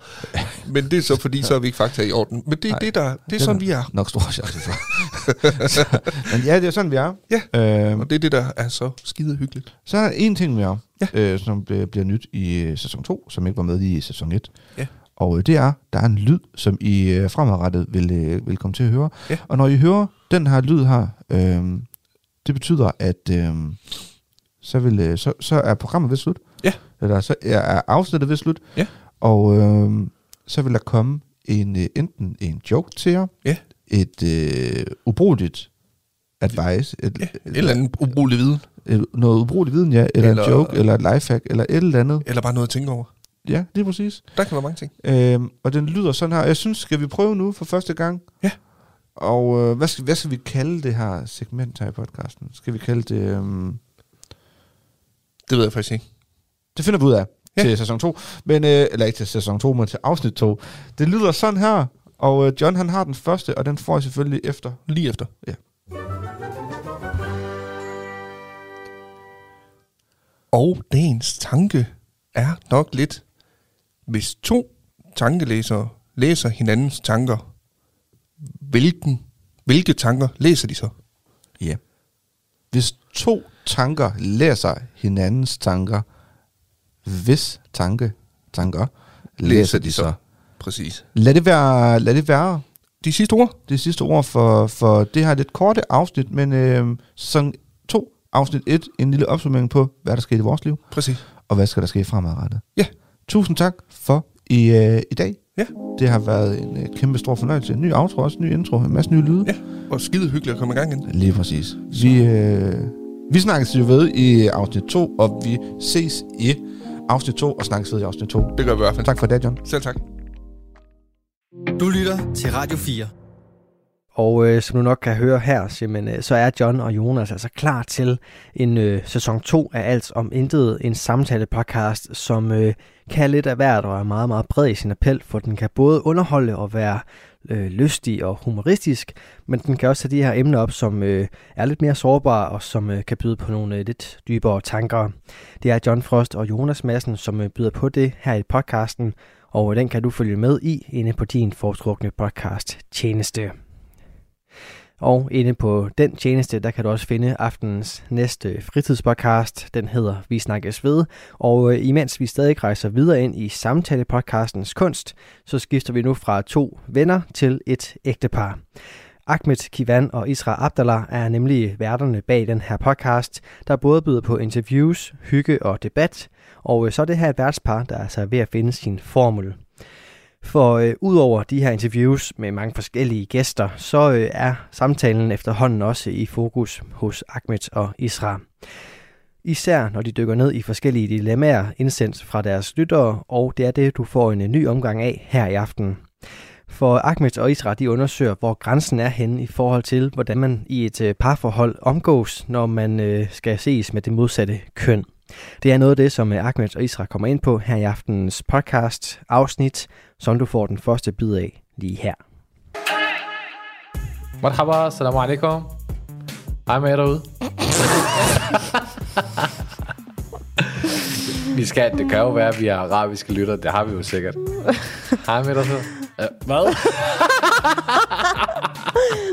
Speaker 3: Men det er så fordi, så er vi ikke fakta i orden. Men det er,
Speaker 2: Nej.
Speaker 3: det, der, det er sådan, vi er.
Speaker 2: Nok store chancer [laughs] for. så, men ja, det er sådan, vi er.
Speaker 3: Ja.
Speaker 2: Øhm,
Speaker 3: Og det er det, der er så skide hyggeligt.
Speaker 2: Så er der en ting mere,
Speaker 3: Ja.
Speaker 2: ja. øh, som bliver, bliver nyt i øh, sæson 2, som ikke var med i sæson 1.
Speaker 3: Ja.
Speaker 2: Og øh, det er, der er en lyd, som I øh, fremadrettet vil, øh, vil komme til at høre.
Speaker 3: Ja.
Speaker 2: Og når I hører den her lyd her, øh, det betyder, at øh, så, vil, øh, så, så er programmet ved slut.
Speaker 3: Ja.
Speaker 2: Eller så er- er afsnittet ved slut.
Speaker 3: Ja.
Speaker 2: Og øh, så vil der komme en, øh, enten en joke til jer,
Speaker 3: Ja.
Speaker 2: et øh, ubrugeligt advice, et,
Speaker 3: Ja. Et eller andet ubrugelig viden.
Speaker 2: Øh, noget ubrugelig viden, ja, eller, eller
Speaker 3: Eller-
Speaker 2: en joke, eller et lifehack, eller et eller andet.
Speaker 3: Eller bare noget at tænke over.
Speaker 2: Ja, lige præcis.
Speaker 3: Der kan være mange ting.
Speaker 2: Øhm, og den lyder sådan her. Jeg synes, skal vi prøve nu for første gang?
Speaker 3: Ja.
Speaker 2: Og øh, hvad, skal, hvad skal vi kalde det her segment her i podcasten? Skal vi kalde det... Øhm,
Speaker 3: Det ved jeg faktisk ikke.
Speaker 2: det finder vi ud af ja.
Speaker 3: Ja.
Speaker 2: til sæson 2. Men, øh, eller ikke til sæson 2, men til afsnit 2. Det lyder sådan her. Og øh, John, han har den første, og den får jeg selvfølgelig efter
Speaker 3: Lige efter.
Speaker 2: Ja.
Speaker 3: Og dagens tanke er nok lidt, hvis to tankelæsere læser hinandens tanker, hvilken, hvilke tanker læser de så?
Speaker 2: Ja. Hvis to tanker læser hinandens tanker, hvis tanke tanker læser, læser de så.
Speaker 3: Præcis.
Speaker 2: Lad det være, lad det være
Speaker 3: De sidste ord?
Speaker 2: det sidste ord for, for det her lidt korte afsnit, men øh, sæson 2, afsnit 1, en lille opsummering på, hvad der skete i vores liv,
Speaker 3: Præcis.
Speaker 2: og hvad skal der ske fremadrettet.
Speaker 3: Ja.
Speaker 2: Tusind tak for i, øh, i dag.
Speaker 3: Ja.
Speaker 2: Det har været en øh, kæmpe stor fornøjelse. En ny outro også, en ny intro, en masse nye lyde.
Speaker 3: Ja. Og skide hyggeligt at komme i gang igen.
Speaker 2: Lige præcis. Vi, øh, vi snakkes jo ved i afsnit 2, og vi ses i afsnit 2 og snakkes ved i afsnit 2.
Speaker 3: Det gør vi i hvert fald.
Speaker 2: Tak for det, John.
Speaker 3: Selv tak.
Speaker 1: Du lytter til Radio 4. Og øh, som du nok kan høre her, simpelthen, øh, så er John og Jonas altså klar til en øh, sæson 2 af Alt om Intet, en samtale-podcast, som øh, kan lidt af hvert og er meget, meget bred i sin appel, for den kan både underholde og være øh, lystig og humoristisk, men den kan også tage de her emner op, som øh, er lidt mere sårbare og som øh, kan byde på nogle øh, lidt dybere tanker. Det er John Frost og Jonas Madsen, som øh, byder på det her i podcasten, og den kan du følge med i inde på din foretrukne podcast tjeneste. Og inde på den tjeneste, der kan du også finde aftenens næste fritidspodcast. Den hedder Vi snakkes ved. Og øh, imens vi stadig rejser videre ind i samtalepodcastens kunst, så skifter vi nu fra to venner til et ægtepar. Ahmed Kivan og Isra Abdallah er nemlig værterne bag den her podcast, der både byder på interviews, hygge og debat, og øh, så er det her et værtspar, der er altså er ved at finde sin formel. For øh, udover de her interviews med mange forskellige gæster, så øh, er samtalen efterhånden også i fokus hos Ahmed og Isra. Især når de dykker ned i forskellige dilemmaer indsendt fra deres lyttere, og det er det, du får en øh, ny omgang af her i aften. For Ahmed og Isra, de undersøger, hvor grænsen er henne i forhold til, hvordan man i et øh, parforhold omgås, når man øh, skal ses med det modsatte køn. Det er noget af det, som øh, Ahmed og Isra kommer ind på her i aftenens podcast afsnit, som du får den første bid af lige her.
Speaker 4: مرحبا السلام عليكم عامل ايه يا [laughs] راوي؟ vi skal, det kan jo være, at vi har arabiske lytter. Det har vi jo sikkert. Hej med dig så. Øh, Hvad?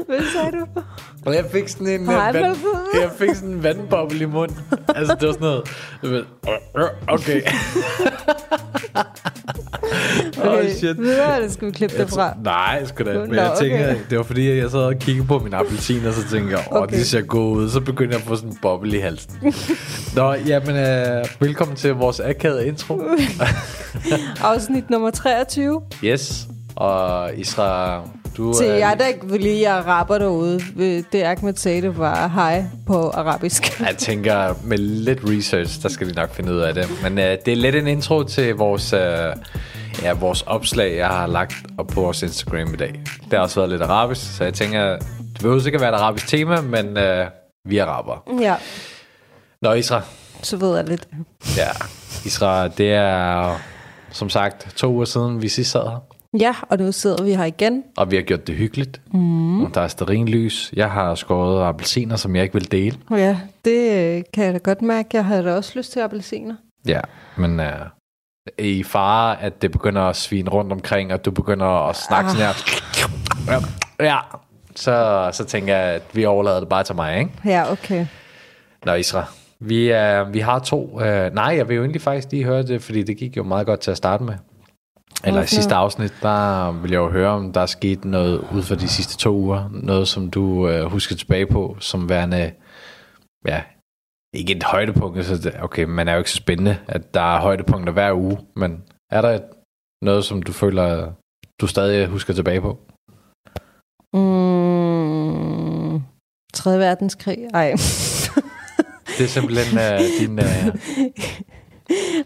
Speaker 5: Hvad sagde du?
Speaker 4: Og jeg fik sådan en, øh,
Speaker 5: Hej,
Speaker 4: vand,
Speaker 5: Peter.
Speaker 4: jeg fik sådan en vandboble i munden. Altså, det var sådan noget. du ved, øh, øh, Okay. Åh,
Speaker 5: Okay,
Speaker 4: shit.
Speaker 5: Videre, eller skal vi klippe det
Speaker 4: Jeg
Speaker 5: fra?
Speaker 4: tæ- nej, sgu da. Men
Speaker 5: Nå,
Speaker 4: jeg tænker,
Speaker 5: okay.
Speaker 4: det var fordi, at jeg sad og kiggede på min appelsin, og så tænker jeg, åh, okay.
Speaker 5: Okay.
Speaker 4: det ser godt ud. Så begyndte jeg at få sådan en boble i halsen.
Speaker 5: [laughs]
Speaker 4: Nå, jamen, øh, velkommen til vores akavede
Speaker 5: [laughs]
Speaker 4: intro.
Speaker 5: Afsnit nummer 23.
Speaker 4: Yes, og Isra, du øh,
Speaker 5: Til
Speaker 4: er...
Speaker 5: jer, der ikke vil lide araber derude, vil det Ahmed sagde, det var hej på
Speaker 4: [laughs]
Speaker 5: arabisk.
Speaker 4: Jeg tænker, med lidt research, der skal vi nok finde ud af det. Men øh, det er lidt en intro til vores, øh, ja, vores opslag, jeg har lagt op på vores Instagram i dag. Det har også været lidt arabisk, så jeg tænker, det behøver ikke at være et arabisk tema, men øh, vi er araber.
Speaker 5: Ja,
Speaker 4: Nå, Isra.
Speaker 5: så ved jeg lidt.
Speaker 4: Ja, Isra, det er som sagt to uger siden, vi sidst sad her.
Speaker 5: Ja, og nu sidder vi her igen.
Speaker 4: Og vi har gjort det hyggeligt. Mm. Der er sterinlys. Jeg har skåret appelsiner, som jeg ikke vil dele.
Speaker 5: Ja, det øh, kan jeg da godt mærke. Jeg havde da også lyst til appelsiner.
Speaker 4: Ja, men uh, i fare, at det begynder at svine rundt omkring, og du begynder at snakke ah. sådan her. Ja, ja. Så, så tænker jeg, at vi overlader det bare til mig, ikke?
Speaker 5: Ja, okay.
Speaker 4: Nå, Isra. Vi, uh, vi har to... Uh, nej, jeg vil jo egentlig faktisk lige høre det, fordi det gik jo meget godt til at starte med. Eller i
Speaker 5: Hvorfor?
Speaker 4: sidste afsnit, der vil jeg jo høre, om der er sket noget ud for de sidste to uger. Noget, som du øh, husker tilbage på, som værende, ja, ikke et højdepunkt. Så det, okay, man er jo ikke så spændende, at der er højdepunkter hver uge. Men er der et, noget, som du føler, du stadig husker tilbage på?
Speaker 5: Mm, 3. verdenskrig? Ej.
Speaker 4: [laughs] Det er simpelthen øh,
Speaker 5: [laughs]
Speaker 4: din... Øh,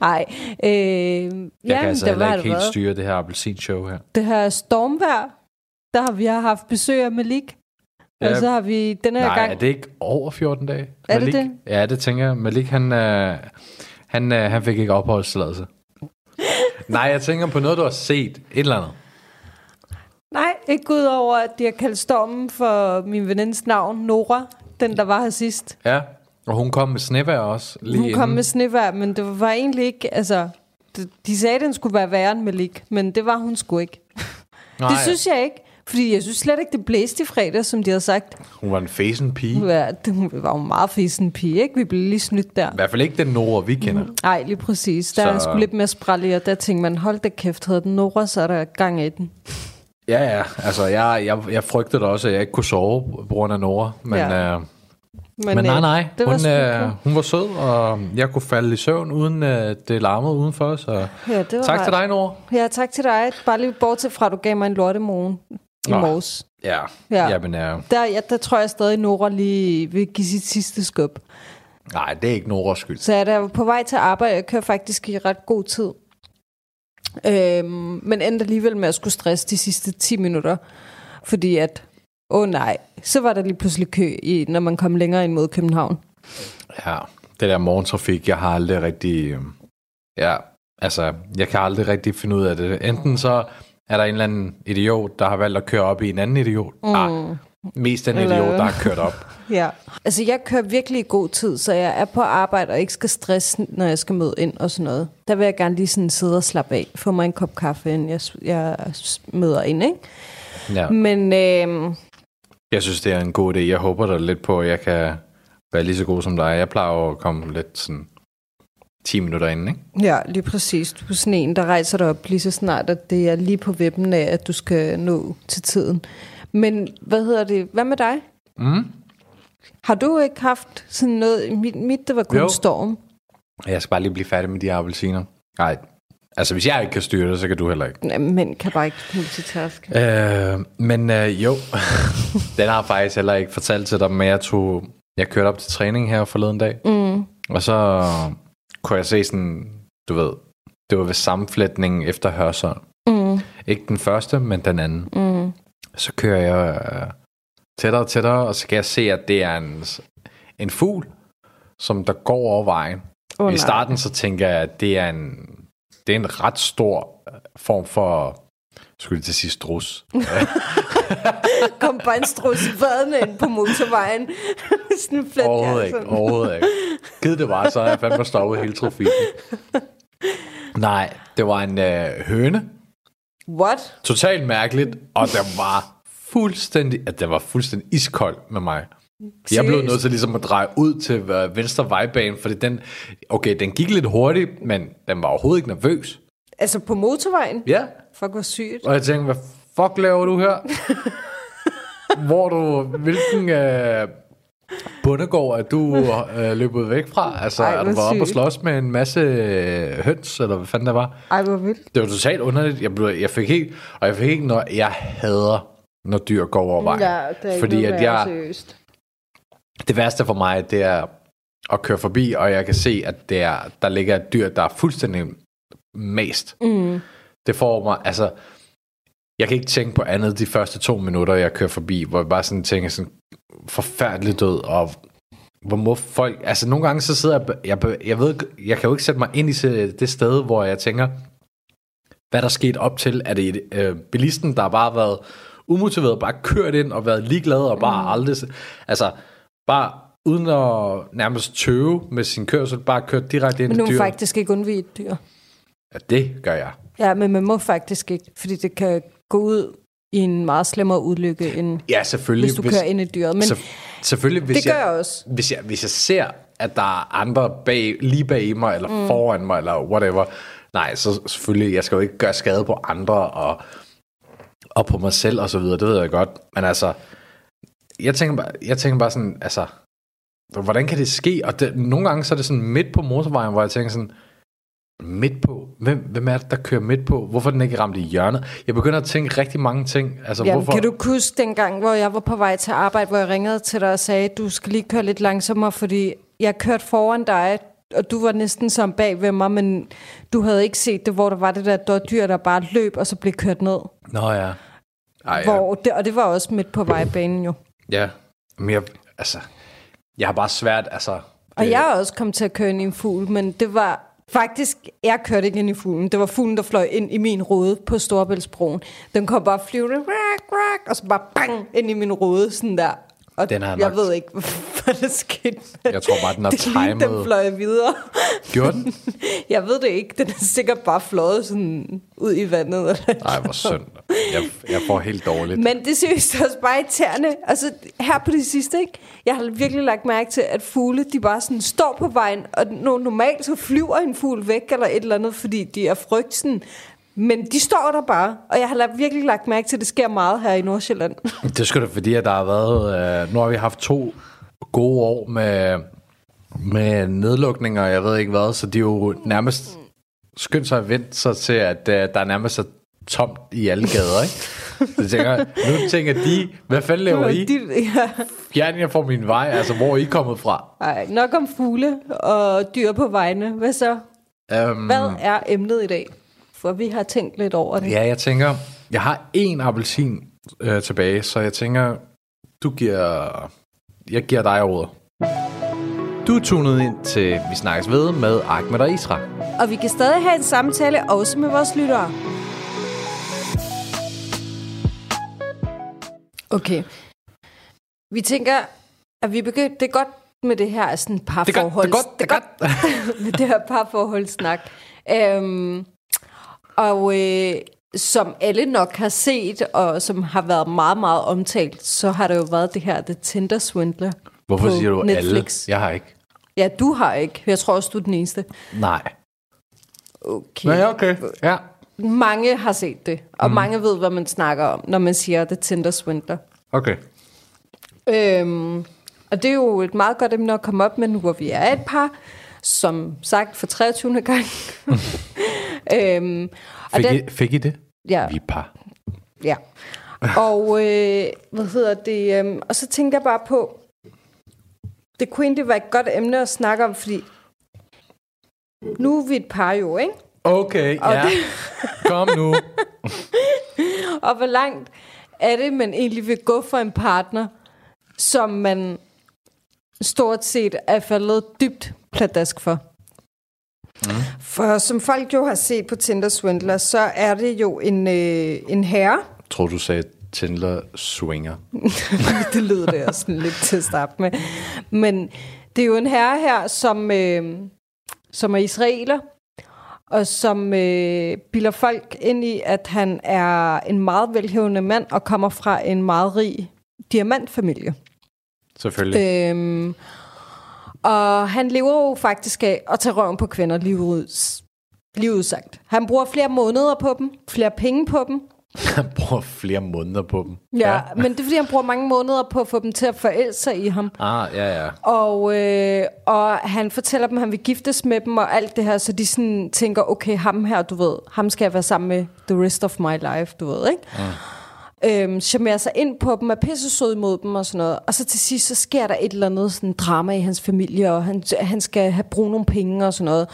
Speaker 5: Ej. Øh, jeg
Speaker 4: jeg kan altså heller ikke helt
Speaker 5: været.
Speaker 4: styre det her appelsinshow her.
Speaker 5: det her stormvejr, der har vi har haft besøg af Malik. Ja.
Speaker 4: Ja.
Speaker 5: Og så har vi den her
Speaker 4: Nej,
Speaker 5: gang...
Speaker 4: er det ikke over 14 dage?
Speaker 5: Er
Speaker 4: Malik?
Speaker 5: det det?
Speaker 4: Ja, det tænker jeg. Malik, han, øh, han, øh, han fik ikke opholdstilladelse. Nej, jeg tænker på noget, du har set. Et eller andet.
Speaker 5: Nej, ikke ud over, at de har kaldt stormen for min venindes navn, Nora. Den, der var her sidst.
Speaker 4: Ja, og hun kom med snevær også. Lige
Speaker 5: Hun kom
Speaker 4: inden.
Speaker 5: med snevær, men det var egentlig ikke... Altså, de, de sagde, at den skulle være værre end Malik, men det var hun sgu ikke.
Speaker 4: Nej,
Speaker 5: Det synes jeg ikke. Fordi jeg synes slet ikke, det blæste i fredag, som de havde sagt.
Speaker 4: hun var en fesen pige.
Speaker 5: Hun var, det- hun var jo meget fisen pige, ikke? Vi blev lige snydt der.
Speaker 4: I hvert fald ikke den Nora, vi kender.
Speaker 5: Nej, lige præcis. Der så... er
Speaker 4: Så-
Speaker 5: sgu lidt mere spræl i, og der tænkte man, hold da kæft, havde den Nora, så er der gang i den.
Speaker 4: Ja, ja. Altså, jeg, jeg, jeg frygtede da også, at jeg ikke kunne sove på grund af Nora. Men,
Speaker 5: Ja.
Speaker 4: ja. øh, men nej,
Speaker 5: øh,
Speaker 4: nej.
Speaker 5: Det var
Speaker 4: Hun,
Speaker 5: sgu
Speaker 4: øh,
Speaker 5: okay.
Speaker 4: hun var sød, og jeg kunne falde i søvn, uden øh, det larmede udenfor. Så
Speaker 5: ja, det var
Speaker 4: tak
Speaker 5: rart.
Speaker 4: til dig, Nora.
Speaker 5: Ja, tak til dig. Bare lige bortset fra, at du gav mig en lortemorgen i
Speaker 4: Nå.
Speaker 5: morges.
Speaker 4: Ja,
Speaker 5: Ja.
Speaker 4: ja. jamen... Øh,
Speaker 5: Der, ja, der tror jeg stadig, at Nora lige vil give sit sidste skub.
Speaker 4: Nej, det er ikke Noras skyld.
Speaker 5: Så jeg er der på vej til arbejde, jeg kører faktisk i ret god tid. Øhm, men endte alligevel med at skulle stresse de sidste 10 minutter, fordi at, åh oh nej, så var der lige pludselig kø, i, når man kom længere ind mod København.
Speaker 4: Ja, det der morgentrafik, jeg har aldrig rigtig... øhm, Ja, altså, jeg kan aldrig rigtig finde ud af det. Enten så er der en eller anden idiot, der har valgt at køre op i en anden idiot. Mm. Ah, mest den [laughs]
Speaker 5: Eller-
Speaker 4: idiot, der har kørt op.
Speaker 5: Ja. Altså, jeg kører virkelig i god tid, så jeg er på arbejde og ikke skal stresse, når jeg skal møde ind og sådan noget. Der vil jeg gerne lige sådan sidde og slappe af, få mig en kop kaffe, inden jeg, jeg møder ind, ikke?
Speaker 4: Ja.
Speaker 5: Men øh,
Speaker 4: Jeg synes, det er en god idé. Jeg håber da lidt på, at jeg kan være lige så god som dig. Jeg plejer jo at komme lidt sådan 10 minutter inden, ikke?
Speaker 5: ja, lige præcis. Du er sådan en, der rejser dig op lige så snart, at det er lige på vippen af, at du skal nå til tiden. Men hvad hedder det? Hvad med dig?
Speaker 4: Mm.
Speaker 5: Har du ikke haft sådan noget? Mit, mit det var kun
Speaker 4: Jo.
Speaker 5: jo. storm.
Speaker 4: Jeg skal bare lige blive færdig med de appelsiner. Nej, altså hvis jeg ikke kan styre det, så kan du heller ikke.
Speaker 5: Ja, Mænd kan bare ikke
Speaker 4: [laughs]
Speaker 5: multitaske.
Speaker 4: Øh, men øh, jo, den har jeg faktisk heller ikke fortalt til dig, men jeg tog, jeg kørte op til træning her forleden dag,
Speaker 5: Mm.
Speaker 4: og så kunne jeg se sådan, du ved, det var ved sammenflætningen efter Hørsholm.
Speaker 5: Mm.
Speaker 4: Ikke den første, men den anden.
Speaker 5: Mm.
Speaker 4: Så kører jeg øh, tættere og tættere, og så kan jeg se, at det er en, en fugl, som der går over vejen.
Speaker 5: Oh,
Speaker 4: I starten så tænker jeg, at det er en, det er en ret stor øh, form for, skulle jeg til at sige strus.
Speaker 5: kom bare en strus vadende ind på motorvejen. [laughs] sådan en flet
Speaker 4: Overhovedet ikke, overhovedet ikke. Gid det var, så havde jeg fandme stoppet hele trafikken. Nej, det var en øh, høne.
Speaker 5: What?
Speaker 4: Totalt mærkeligt, og den var fuldstændig, at den var fuldstændig iskold med mig. Jeg blev
Speaker 5: Seriøst?
Speaker 4: nødt til ligesom at dreje ud til øh, venstre vejbane, fordi den, okay, den gik lidt hurtigt, men den var overhovedet ikke nervøs.
Speaker 5: Altså på motorvejen?
Speaker 4: Ja,
Speaker 5: Fuck, hvor sygt.
Speaker 4: Og jeg tænkte, hvad fuck laver du
Speaker 5: [laughs]
Speaker 4: her? Hvor du, hvilken øh, bundegård er du øh, løbet væk fra? Altså,
Speaker 5: Ej,
Speaker 4: Ej, er du
Speaker 5: hvor
Speaker 4: bare oppe og
Speaker 5: sygt.
Speaker 4: slås med en masse øh, høns, eller hvad fanden der var?
Speaker 5: Ej, hvor vildt.
Speaker 4: Det var totalt underligt. Jeg, blev, jeg fik helt, og jeg fik helt, når jeg hader, når dyr går over vejen. fordi at jeg,
Speaker 5: seriøst.
Speaker 4: det værste for mig, det er at køre forbi, og jeg kan se, at det er, der ligger et dyr, der er fuldstændig mest.
Speaker 5: Mm.
Speaker 4: Det får mig, altså, jeg kan ikke tænke på andet de første to minutter, jeg kører forbi, hvor jeg bare sådan tænker sådan, forfærdelig død, og hvor må folk, altså nogle gange så sidder jeg, jeg, jeg ved, ikke- jeg kan jo ikke sætte mig ind i se- det sted, hvor jeg tænker, hvad der skete op til, er det øh, bilisten, der har bare været umotiveret, bare kørt ind og været ligeglad, og bare mm. aldrig, altså bare uden at nærmest tøve med sin kørsel, bare kørt direkte ind
Speaker 5: Men
Speaker 4: i
Speaker 5: nu må
Speaker 4: dyret.
Speaker 5: faktisk ikke undvige et dyr.
Speaker 4: Ja, det gør jeg.
Speaker 5: Ja, men man må faktisk ikke, fordi det kan gå ud i en meget slemmere ulykke, end
Speaker 4: Ja, selvfølgelig.
Speaker 5: hvis du kører ind i dyret. Men
Speaker 4: så, selvfølgelig, hvis
Speaker 5: det gør
Speaker 4: jeg,
Speaker 5: jeg også.
Speaker 4: Hvis jeg, hvis jeg ser, at der er andre bag, lige bag mig, eller mm. foran mig, eller whatever, nej, så selvfølgelig, jeg skal jo ikke gøre skade på andre, og, og på mig selv, og så videre, det ved jeg godt. Men altså, jeg tænker bare, jeg tænker bare sådan, altså, hvordan kan det ske? Og det, nogle gange, så er det sådan midt på motorvejen, hvor jeg tænker sådan, midt på? Hvem, hvem er det, der kører midt på? Hvorfor er den ikke ramt i hjørnet? Jeg begynder at tænke rigtig mange ting. Altså,
Speaker 5: Jamen,
Speaker 4: hvorfor...
Speaker 5: kan du ikke huske dengang, hvor jeg var på vej til arbejde, hvor jeg ringede til dig og sagde, du skal lige køre lidt langsommere, fordi jeg kørte foran dig, og du var næsten som bag ved mig, men du havde ikke set det, hvor der var det der døde dyr, der bare løb, og så blev kørt ned.
Speaker 4: Nå ja. Ej, ja.
Speaker 5: Hvor det, og det var også midt på vejbanen jo.
Speaker 4: Ja, men jeg, altså, jeg har bare svært, altså...
Speaker 5: Og
Speaker 4: det-
Speaker 5: jeg er også kommet til at køre ind i en fugl, men det var faktisk, jeg kørte ikke ind i fuglen. Det var fuglen, der fløj ind i min rode på Storebæltsbroen. Den kom bare flyvende, rak, rak, og så bare bang, ind i min rode, sådan der. Og
Speaker 4: Den har
Speaker 5: jeg
Speaker 4: nok-
Speaker 5: ved ikke, [laughs] hvad der skete.
Speaker 4: Jeg tror bare, den har
Speaker 5: [laughs] det lignede,
Speaker 4: timet.
Speaker 5: den fløj videre.
Speaker 4: Gjorde den?
Speaker 5: [laughs] Jeg ved det ikke. Den er sikkert bare fløjet sådan ud i vandet. Eller
Speaker 4: Nej, hvor synd. Jeg, jeg får helt dårligt.
Speaker 5: men det er seriøst også bare irriterende. Altså, her på det sidste, ikke? Jeg har virkelig lagt mærke til, at fugle, de bare sådan står på vejen, og no- normalt så flyver en fugl væk eller et eller andet, fordi de er frygtsen. Men de står der bare, og jeg har la- virkelig lagt mærke til, at det sker meget her i Nordsjælland.
Speaker 4: Det skulle da fordi, at der har været... Øh, nu har vi haft to gode år med, med nedlukninger, jeg ved ikke hvad, så de er jo nærmest skyndt sig at vente sig til, at øh, der er nærmest er tomt i alle gader, ikke? Så tænker, jeg, nu tænker de, hvad fanden laver I?
Speaker 5: [laughs] De, ja.
Speaker 4: Fjern jer fra min vej, altså hvor er I kommet fra?
Speaker 5: Ej, nok om fugle og dyr på vejene. Hvad så?
Speaker 4: Um,
Speaker 5: Hvad er emnet i dag? For vi har tænkt lidt over det.
Speaker 4: Ja, jeg tænker, jeg har en appelsin øh, tilbage, så jeg tænker, du giver, jeg giver dig ordet. Du er tunet ind til Vi Snakkes Ved med Ahmed og Isra.
Speaker 5: Og vi kan stadig have en samtale også med vores lyttere. Okay. Vi tænker, at vi begyndt, det er godt med det her sådan parforhold.
Speaker 4: det er godt, det er
Speaker 5: godt. [laughs] med det her parforholdssnak. Øhm, og øh, som alle nok har set, og som har været meget, meget omtalt, så har der jo været det her The Tinder Swindler.
Speaker 4: [laughs] Hvorfor
Speaker 5: på
Speaker 4: siger du
Speaker 5: Netflix.
Speaker 4: alle? Jeg har ikke.
Speaker 5: Ja, du har ikke. Jeg tror også, du er den eneste.
Speaker 4: Nej.
Speaker 5: Okay.
Speaker 4: Nej, okay. Ja.
Speaker 5: Mange har set det, og mm. mange ved, hvad man snakker om, når man siger The Tinder Swindler.
Speaker 4: Okay.
Speaker 5: Øhm, og det er jo et meget godt emne at komme op med nu, hvor vi er et par, som sagt for
Speaker 4: [laughs]
Speaker 5: 23. gang. øhm, og
Speaker 4: Fik,
Speaker 5: den-
Speaker 4: I, fik I det?
Speaker 5: ja,
Speaker 4: Vi er par.
Speaker 5: ja. Og øh, hvad hedder det? Øhm, og så tænkte jeg bare på, det kunne egentlig være et godt emne at snakke om, fordi nu er vi et par jo, ikke?
Speaker 4: Okay, ja. [laughs] Kom nu.
Speaker 5: [laughs] Og hvor langt er det, man egentlig vil gå for en partner, som man stort set er faldet dybt pladask for? Mm. For som folk jo har set på Tinder Swindler, så er det jo en, øh, en herre.
Speaker 4: Tror du sagde Tindler swinger?
Speaker 5: [laughs] det lyder det også sådan lidt til at starte med. Men det er jo en herre her, som, øh, som er israeler, og som øh, bilder folk ind i, at han er en meget velhævende mand og kommer fra en meget rig diamantfamilie.
Speaker 4: Selvfølgelig.
Speaker 5: Øhm, og han lever jo faktisk af at tage røven på kvinder, lige ud, lige udsagt. Han bruger flere måneder på dem, flere penge på dem, Øh.
Speaker 4: Han [laughs] bruger flere måneder på dem.
Speaker 5: Ja, ja, men det er fordi, han bruger mange måneder på at få dem til at forelske sig i ham.
Speaker 4: Ah, ja, ja.
Speaker 5: Og, øh, og han fortæller dem, at han vil giftes med dem og alt det her, så de sådan tænker, okay, ham her, du ved, ham skal jeg være sammen med the rest of my life, du ved, ikke? Ja. Øhm, charmerer sig ind på dem, er pissesød mod dem og sådan noget. Og så til sidst, så sker der et eller andet sådan drama i hans familie, og han, han skal have brug nogle penge og sådan noget.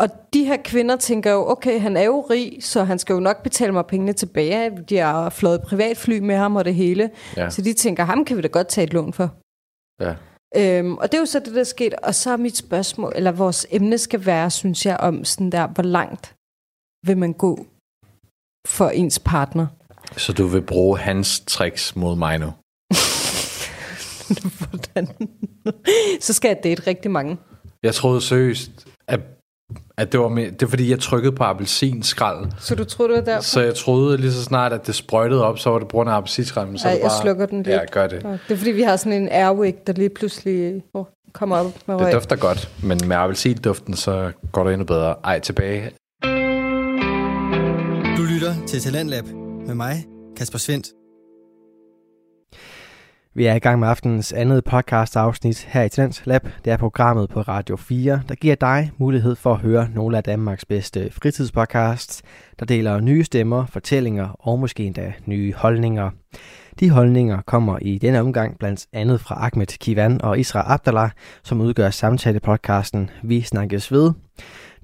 Speaker 5: Og de her kvinder tænker jo, okay, han er jo rig, så han skal jo nok betale mig pengene tilbage. De har flået privatfly med ham og det hele.
Speaker 4: Ja.
Speaker 5: Ja. Så de tænker, ham kan vi da godt tage et lån for.
Speaker 4: ja.
Speaker 5: Øhm, og det er jo så det, der er sket. Og så er mit spørgsmål, eller vores emne skal være, synes jeg, om sådan der, hvor langt vil man gå for ens partner? [laughs]
Speaker 4: Så du vil bruge hans tricks mod mig nu?
Speaker 5: Hvordan? så skal jeg date rigtig mange.
Speaker 4: Jeg troede seriøst, at, at det var med, det er fordi, jeg trykkede på appelsinskrald.
Speaker 5: Så du tror, du er der?
Speaker 4: Så jeg troede lige så snart, at det sprøjtede op, så var det på grund af appelsinskrald. men Så
Speaker 5: Ej,
Speaker 4: er det
Speaker 5: jeg
Speaker 4: bare,
Speaker 5: slukker den
Speaker 4: Ja,
Speaker 5: lidt.
Speaker 4: gør det.
Speaker 5: Nå, Det er fordi, vi har sådan en airwick, der lige pludselig oh, kommer op med
Speaker 4: Det
Speaker 5: røg.
Speaker 4: dufter godt, men med appelsinduften, så går det endnu bedre. Ej, tilbage.
Speaker 1: Du lytter til Talentlab med mig, Kasper Svendt. Vi er i gang med aftenens andet podcast afsnit her i Talent Lab. Det er programmet på Radio 4, der giver dig mulighed for at høre nogle af Danmarks bedste fritidspodcasts, der deler nye stemmer, fortællinger og måske endda nye holdninger. De holdninger kommer i denne omgang blandt andet fra Ahmed Kivan og Isra Abdallah, som udgør samtalepodcasten Vi snakkes ved.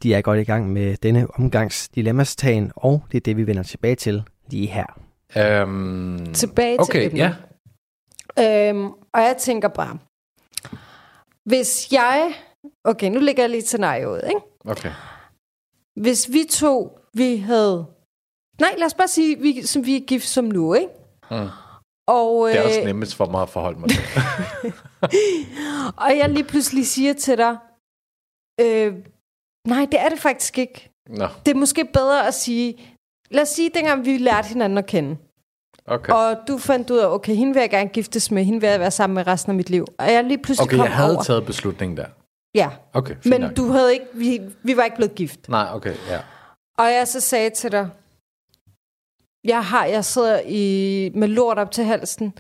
Speaker 1: De er godt i gang med denne omgangs dilemmastagen, og det er det, vi vender tilbage til lige her.
Speaker 4: Øhm,
Speaker 5: Tilbage til
Speaker 4: okay,
Speaker 5: emnet.
Speaker 4: ja.
Speaker 5: Øhm, og jeg tænker bare, hvis jeg... Okay, nu lægger jeg lige et scenarie ud, ikke?
Speaker 4: Okay.
Speaker 5: hvis vi to, vi havde... Nej, lad os bare sige, vi, som vi er gift som nu, ikke?
Speaker 4: Mm.
Speaker 5: Og,
Speaker 4: Det er også
Speaker 5: øh,
Speaker 4: nemmest for mig at forholde mig til.
Speaker 5: [laughs] og jeg lige pludselig siger til dig, øh, nej, det er det faktisk ikke.
Speaker 4: Nå,
Speaker 5: Det er måske bedre at sige, lad os sige, dengang vi lærte hinanden at kende,
Speaker 4: okay.
Speaker 5: og du fandt ud af, okay, hende vil jeg gerne giftes med, hende vil jeg være sammen med resten af mit liv. Og jeg lige pludselig
Speaker 4: Okay,
Speaker 5: kom
Speaker 4: jeg havde
Speaker 5: over.
Speaker 4: taget beslutningen der.
Speaker 5: Ja,
Speaker 4: Okay, fint
Speaker 5: men
Speaker 4: nok.
Speaker 5: du havde ikke, vi, vi var ikke blevet gift.
Speaker 4: Nej, okay, ja.
Speaker 5: Og jeg så sagde til dig, jeg har, jeg sidder i, med lort op til halsen.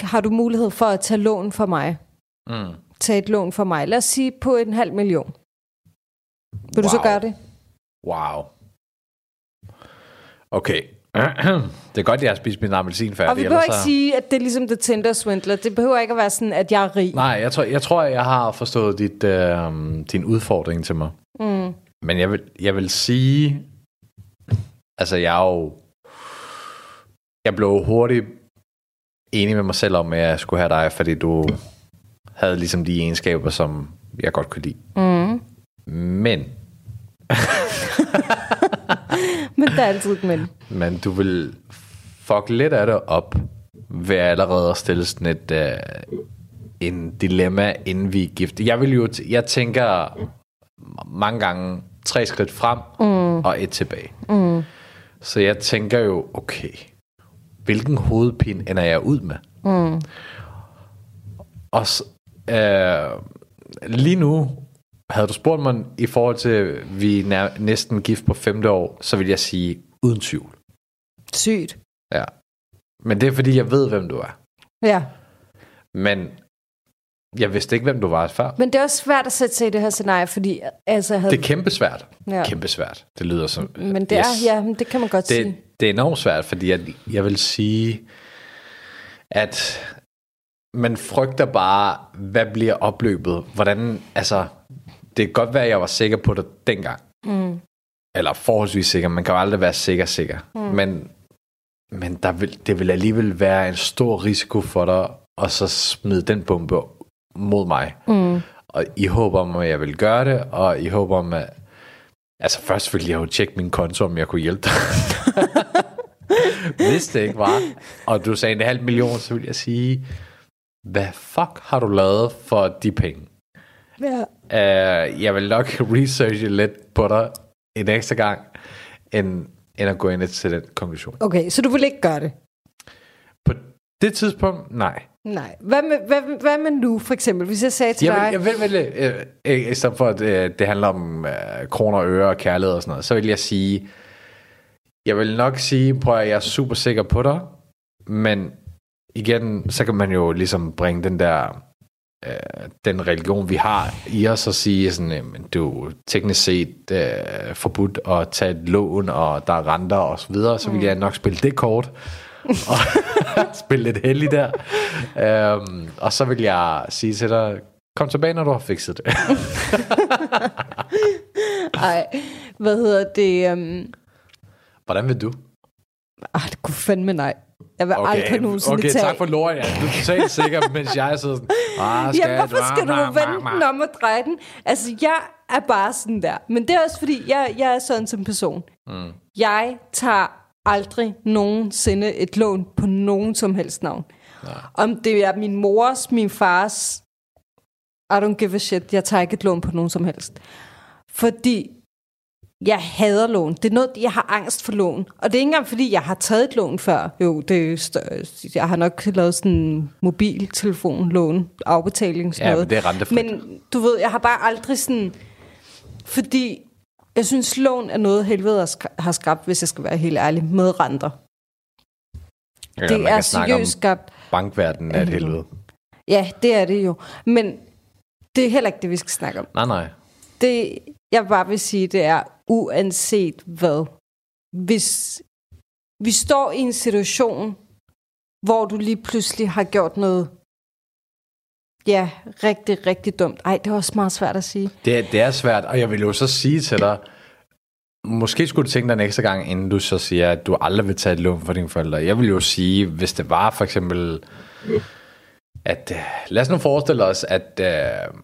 Speaker 5: Har du mulighed for at tage lån for mig?
Speaker 4: Mm.
Speaker 5: Tage et lån for mig. Lad os sige på en halv million. Vil wow. du så
Speaker 4: Wow.
Speaker 5: gøre det?
Speaker 4: Wow. Okay. det er godt, jeg har spist min appelsin færdig.
Speaker 5: og vi behøver
Speaker 4: ellers
Speaker 5: ikke
Speaker 4: så-
Speaker 5: sige, at det er ligesom The Tinder Swindler. Det behøver ikke at være sådan, at jeg er rig.
Speaker 4: Nej, jeg tror, jeg, tror, jeg har forstået dit, øh, din udfordring til mig.
Speaker 5: Mm.
Speaker 4: Men jeg vil, jeg vil sige... Altså, jeg er jo... Jeg blev hurtigt enig med mig selv om, at jeg skulle have dig, fordi du havde ligesom de egenskaber, som jeg godt kunne lide.
Speaker 5: Mm.
Speaker 4: Men,
Speaker 5: Men der er altid et men.
Speaker 4: men du vil fuck lidt af det op ved allerede at stille sådan et øh, en dilemma, inden vi er gift. Jeg vil jo, t- jeg tænker mange gange tre skridt frem mm. og et tilbage. Mm. Så jeg tænker jo, okay, hvilken hovedpine ender jeg ud med? Mm. Og s- øh, lige nu, havde du spurgt mig i forhold til, at vi er nær, næsten gift på femte år, så vil jeg sige, uden tvivl.
Speaker 5: Sygt.
Speaker 4: Ja. Men det er, fordi jeg ved, hvem du er.
Speaker 5: Ja.
Speaker 4: Men jeg vidste ikke, hvem du var før.
Speaker 5: Men det er også svært at sætte sig i det her scenarie, fordi altså, jeg havde...
Speaker 4: Det er kæmpesvært.
Speaker 5: Ja.
Speaker 4: Ja. Kæmpesvært. Det lyder som...
Speaker 5: men det er, ja, men det kan man godt det... sige.
Speaker 4: Det, det er enormt svært, fordi jeg, jeg vil sige, at man frygter bare, hvad bliver opløbet? Hvordan, altså, det kan godt være, at jeg var sikker på det dengang. Mm. Eller forholdsvis sikker. Man kan jo aldrig være sikker sikker. Mm. Men, men der vil, det vil alligevel være en stor risiko for dig, at så smide den bombe mod mig. Mm. Og I håber om, at jeg vil gøre det, og I håber om, at... Altså først ville jeg jo tjekke min konto, om jeg kunne hjælpe [laughs] dig. Hvis det ikke var, og du sagde en halv million, så ville jeg sige, hvad fuck har du lavet for de penge?
Speaker 5: Ja.
Speaker 4: Uh, jeg vil nok [laughs] researche lidt på dig en ekstra gang, end, end at gå ind til den konklusion.
Speaker 5: Okay, så du vil ikke gøre det?
Speaker 4: På det tidspunkt, nej.
Speaker 5: Nej. Hvad med, hvad, hvad med nu, for eksempel? Hvis jeg sagde til
Speaker 4: Jeg vil,
Speaker 5: dig...
Speaker 4: jeg vil, vil øh, øh, i stedet for, at øh, det handler om øh, kroner og øre og kærlighed og sådan noget, så vil jeg sige, jeg vil nok sige, prøv at jeg er super sikker på dig, men igen, så kan man jo ligesom bringe den der, øh, den religion, vi har i os, og sige sådan, øh, men det er jo teknisk set øh, forbudt at tage et lån, og der er renter og så videre, så vil
Speaker 5: Mm.
Speaker 4: jeg nok spille det kort, og [laughs] spille lidt heldig der. Øhm, og så vil jeg sige til dig, kom tilbage, når du har fikset det.
Speaker 5: Ej, hvad hedder det? Um...
Speaker 4: [laughs] Hvordan vil du?
Speaker 5: Ah, det kunne fandme nej. Jeg vil okay, aldrig nogensinde
Speaker 4: okay
Speaker 5: tage...
Speaker 4: tak
Speaker 5: [laughs]
Speaker 4: for lorten. Ja. Du er totalt sikker, [laughs] mens jeg sidder sådan, ah, skal
Speaker 5: Ja, hvorfor skal du vende den om og dreje den? Altså, jeg er bare sådan der. Men det er også fordi, jeg, jeg er sådan som person. Mm. Jeg tager aldrig nogensinde et lån på nogen som helst navn. Nej. Om det er min mors, min fars... I don't give a shit. Jeg tager ikke et lån på nogen som helst. Fordi jeg hader lån. Det er noget, jeg har angst for lån. Og det er ikke engang, fordi jeg har taget et lån før. Jo, det er større. jeg har nok lavet sådan en mobiltelefonlån, afbetaling, sådan
Speaker 4: Ja, men
Speaker 5: noget.
Speaker 4: det er rentefrit.
Speaker 5: Men du ved, jeg har bare aldrig sådan... Fordi jeg synes, lån er noget, helvede har sk- har skabt, hvis jeg skal være helt ærlig, med renter.
Speaker 4: Ja,
Speaker 5: det er seriøst skabt.
Speaker 4: bankverdenen er et helvede.
Speaker 5: Ja, det er det jo. Men det er heller ikke det, vi skal snakke om.
Speaker 4: Nej, nej.
Speaker 5: Det, jeg bare vil sige, det er, uanset hvad, hvis vi står i en situation, hvor du lige pludselig har gjort noget, ja, rigtig, rigtig dumt. Ej, det er også meget svært at sige.
Speaker 4: Det, er- det er svært, og jeg vil jo så sige til dig, måske skulle du tænke dig en ekstra gang, inden du så siger, at du aldrig vil tage et lån for dine forældre. Jeg vil jo sige, hvis det var for eksempel, at øh, lad os nu forestille os, at, øh,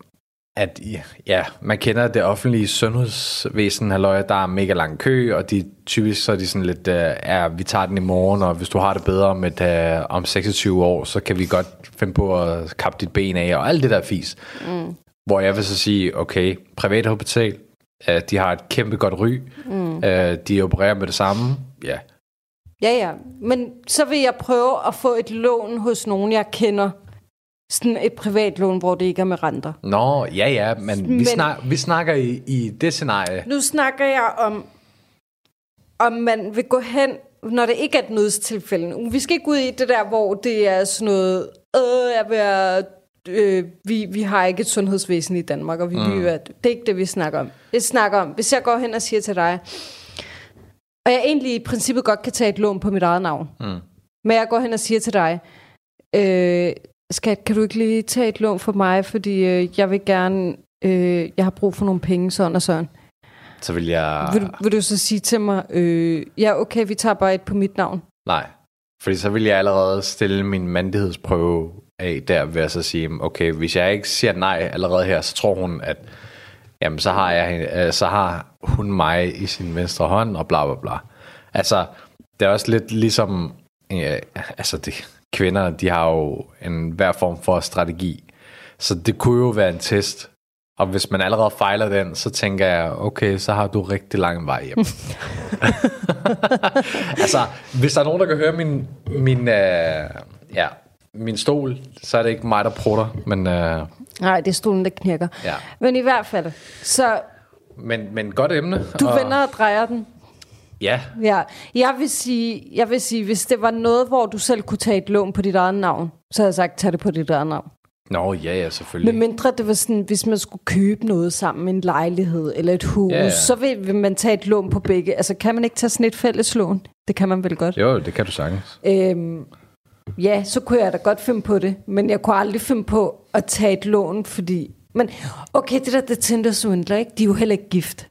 Speaker 4: at i- ja, man kender det offentlige sundhedsvæsen, halløj, der er mega lang kø, og de typisk så er de sådan lidt, øh, ja, vi tager den i morgen, og hvis du har det bedre om, et, øh, om 26 år, så kan vi godt finde på at kappe dit ben af, og alt det der fis. Hvor jeg vil så sige, okay, private hospital, øh, de har et kæmpe godt ry, mm. øh, de opererer med det samme, ja.
Speaker 5: Ja, ja. Men så vil jeg prøve at få et lån hos nogen, jeg kender. Sådan et privat lån, hvor det ikke er med renter.
Speaker 4: Nå, ja ja, men, men...
Speaker 5: Men-
Speaker 4: Vi, snak, vi snakker i, i det scenarie.
Speaker 5: Nu snakker jeg om, om man vil gå hen, når det ikke er et nødstilfælde. Vi skal ikke ud i det der, hvor det er sådan noget, øh, jeg vil, være- øh, vi, vi har ikke et sundhedsvæsen i Danmark, og vi mm. vil være, det er ikke det, vi snakker om. Jeg snakker om, hvis jeg går hen og siger til dig, og jeg egentlig i princippet godt kan tage et lån på mit eget navn, mm. men jeg går hen og siger til dig, øh, skat, kan du ikke lige tage et lån for mig, fordi øh, jeg vil gerne, øh, jeg har brug for nogle penge, sådan og sådan.
Speaker 4: Så vil jeg...
Speaker 5: Vil, du- vil du så sige til mig, øh, ja okay, vi tager bare et på mit navn?
Speaker 4: Nej. Fordi så vil jeg allerede stille min mandighedsprøve af der ved at så sige, okay, hvis jeg ikke siger nej allerede her, så tror hun, at jamen, så, har jeg, hende- øh, så har hun mig i sin venstre hånd, og bla bla bla. Altså, det er også lidt ligesom, øh, altså det, kvinder, de har jo en hver form for strategi. Så det kunne jo være en test. Og hvis man allerede fejler den, så tænker jeg, okay, så har du rigtig lang vej hjem. altså, hvis der er nogen, der kan høre min, min, øh, ja, min stol, så er det ikke mig, der prutter, men, øh,
Speaker 5: Nej, det er stolen, der knirker.
Speaker 4: Ja.
Speaker 5: Men i hvert fald, så
Speaker 4: men, men godt emne.
Speaker 5: du og... vender og drejer den.
Speaker 4: Ja,
Speaker 5: Ja, jeg vil, sige, jeg vil sige, hvis det var noget, hvor du selv kunne tage et lån på dit eget navn, så havde jeg sagt, tag det på dit eget navn.
Speaker 4: Nå, ja, ja, selvfølgelig.
Speaker 5: Men mindre det var sådan, hvis man skulle købe noget sammen, en lejlighed eller et hus,
Speaker 4: Ja,
Speaker 5: yeah.
Speaker 4: ja.
Speaker 5: så vil, vil man tage et lån på begge. Altså, kan man ikke tage sådan et fælles lån? Det kan man vel godt.
Speaker 4: Jo, det kan du sagtens.
Speaker 5: Øhm, ja, så kunne jeg da godt finde på det, men jeg kunne aldrig finde på at tage et lån, fordi... Men okay, det der, det Tinder svindler, ikke? De er jo heller ikke gift.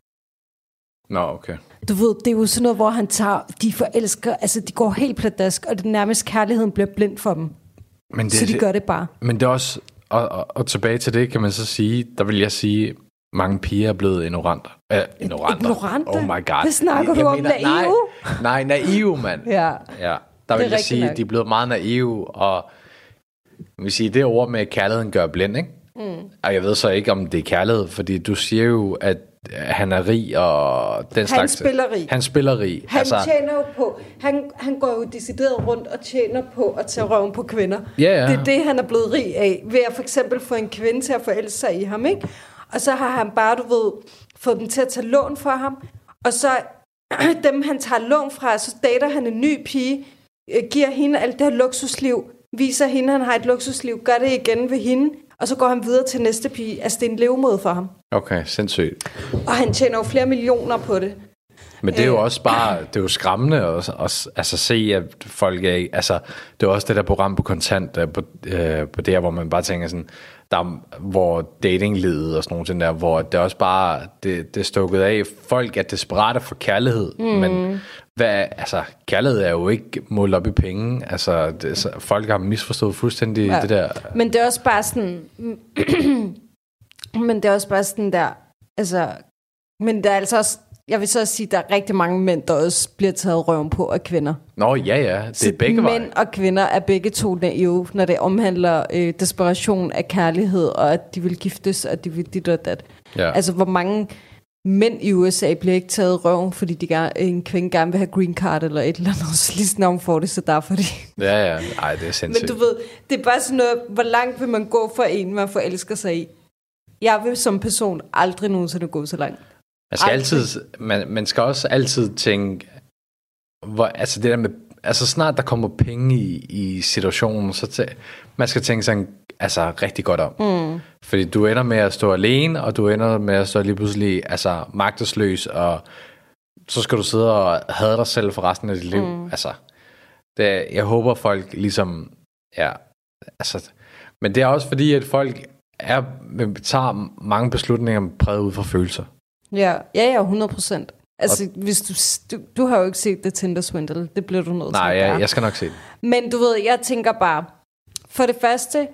Speaker 4: Nå, okay.
Speaker 5: Du ved, det er jo sådan noget, hvor han tager, de forelsker, altså de går helt pladask, og det er nærmest kærligheden bliver blind for dem.
Speaker 4: Men det,
Speaker 5: så de gør det bare.
Speaker 4: Men det er også, og, og, og tilbage til det, kan man så sige, der vil jeg sige, mange piger er blevet ignoranter. Æh, ignoranter.
Speaker 5: Ignorante?
Speaker 4: Oh my god.
Speaker 5: Hvad snakker
Speaker 4: Jeg
Speaker 5: du om?
Speaker 4: Nej,
Speaker 5: Naive?
Speaker 4: nej, naive, mand.
Speaker 5: Ja.
Speaker 4: ja. Der vil jeg
Speaker 5: rigtigt
Speaker 4: sige,
Speaker 5: nok.
Speaker 4: de er blevet meget naive, og jeg vil sige, det ord med at kærligheden gør blind, ikke? Mm. Og jeg ved så ikke, om det er kærlighed, fordi du siger jo, at øh, han er rig, og den han slags...
Speaker 5: spiller rig.
Speaker 4: Han spiller rig.
Speaker 5: Han altså, tjener jo på, han, han går jo decideret rundt og tjener på at tage røven på kvinder.
Speaker 4: Ja, ja.
Speaker 5: Det er det, han er blevet rig af, ved at for eksempel få en kvinde til at forelske sig i ham, ikke? Og så har han bare, du ved, fået dem til at tage lån fra ham, og så [clears throat] dem, han tager lån fra, så dater han en ny pige, øh, giver hende alt det her luksusliv, viser hende, han har et luksusliv, gør det igen ved hende, og så går han videre til næste pige. Altså, det er en levemåde for ham.
Speaker 4: Okay, sindssygt.
Speaker 5: Og han tjener jo flere millioner på det.
Speaker 4: Men det er
Speaker 5: Øh.
Speaker 4: jo også bare, det er jo skræmmende at, at, altså, se, at folk er, ikke- altså, det er også det der program på kontant, øh, på, øh, på det her, hvor man bare tænker sådan, der, er- hvor datinglivet og sådan nogle ting der, hvor det er også bare, det, det er stukket af, folk er desperate for kærlighed, mm. men hvad, altså, kærlighed er jo ikke målt op i penge, altså, det, så, folk har misforstået fuldstændig ja. det der,
Speaker 5: Men det er også bare sådan... [clears throat] men det er også bare sådan der... Altså, men der er altså også... Jeg vil så også sige, at der er rigtig mange mænd, der også bliver taget røven på af kvinder.
Speaker 4: nå ja ja, det er begge
Speaker 5: Mænd
Speaker 4: veje.
Speaker 5: og kvinder er begge to naive, når det omhandler øh, desperation af kærlighed, og at de vil giftes, og de vil dit og dat.
Speaker 4: Ja.
Speaker 5: Altså, hvor mange mænd i USA bliver ikke taget røven, fordi de gerne, en kvinde gerne vil have green card eller et eller andet, [laughs] så lige snart hun får det, så derfor de
Speaker 4: Ja, ja, ej, det er sindssygt.
Speaker 5: men du ved, det er bare sådan noget, hvor langt vil man gå for en, man forelsker sig i? Jeg vil som person aldrig nogensinde gå så langt.
Speaker 4: Man skal,
Speaker 5: Aldrig.
Speaker 4: altid, man, man skal også altid tænke, hvor, altså det der med, altså snart der kommer penge i, i situationen, så tæ, man skal tænke sig altså rigtig godt om. Mm. Fordi du ender med at stå alene, og du ender med at stå lige pludselig altså, magtesløs, og så skal du sidde og hade dig selv for resten af dit liv. Mm. Altså, det, jeg håber folk ligesom, ja, altså, men det er også fordi, at folk er, tager mange beslutninger præget ud fra følelser.
Speaker 5: Ja, ja, ja 100 procent. Altså, og... hvis du, du, du har jo ikke set det Tinder Swindle. Det bliver du nødt
Speaker 4: Nej,
Speaker 5: til at
Speaker 4: jeg,
Speaker 5: gøre.
Speaker 4: jeg skal nok se den.
Speaker 5: Men du ved, jeg tænker bare, for det første,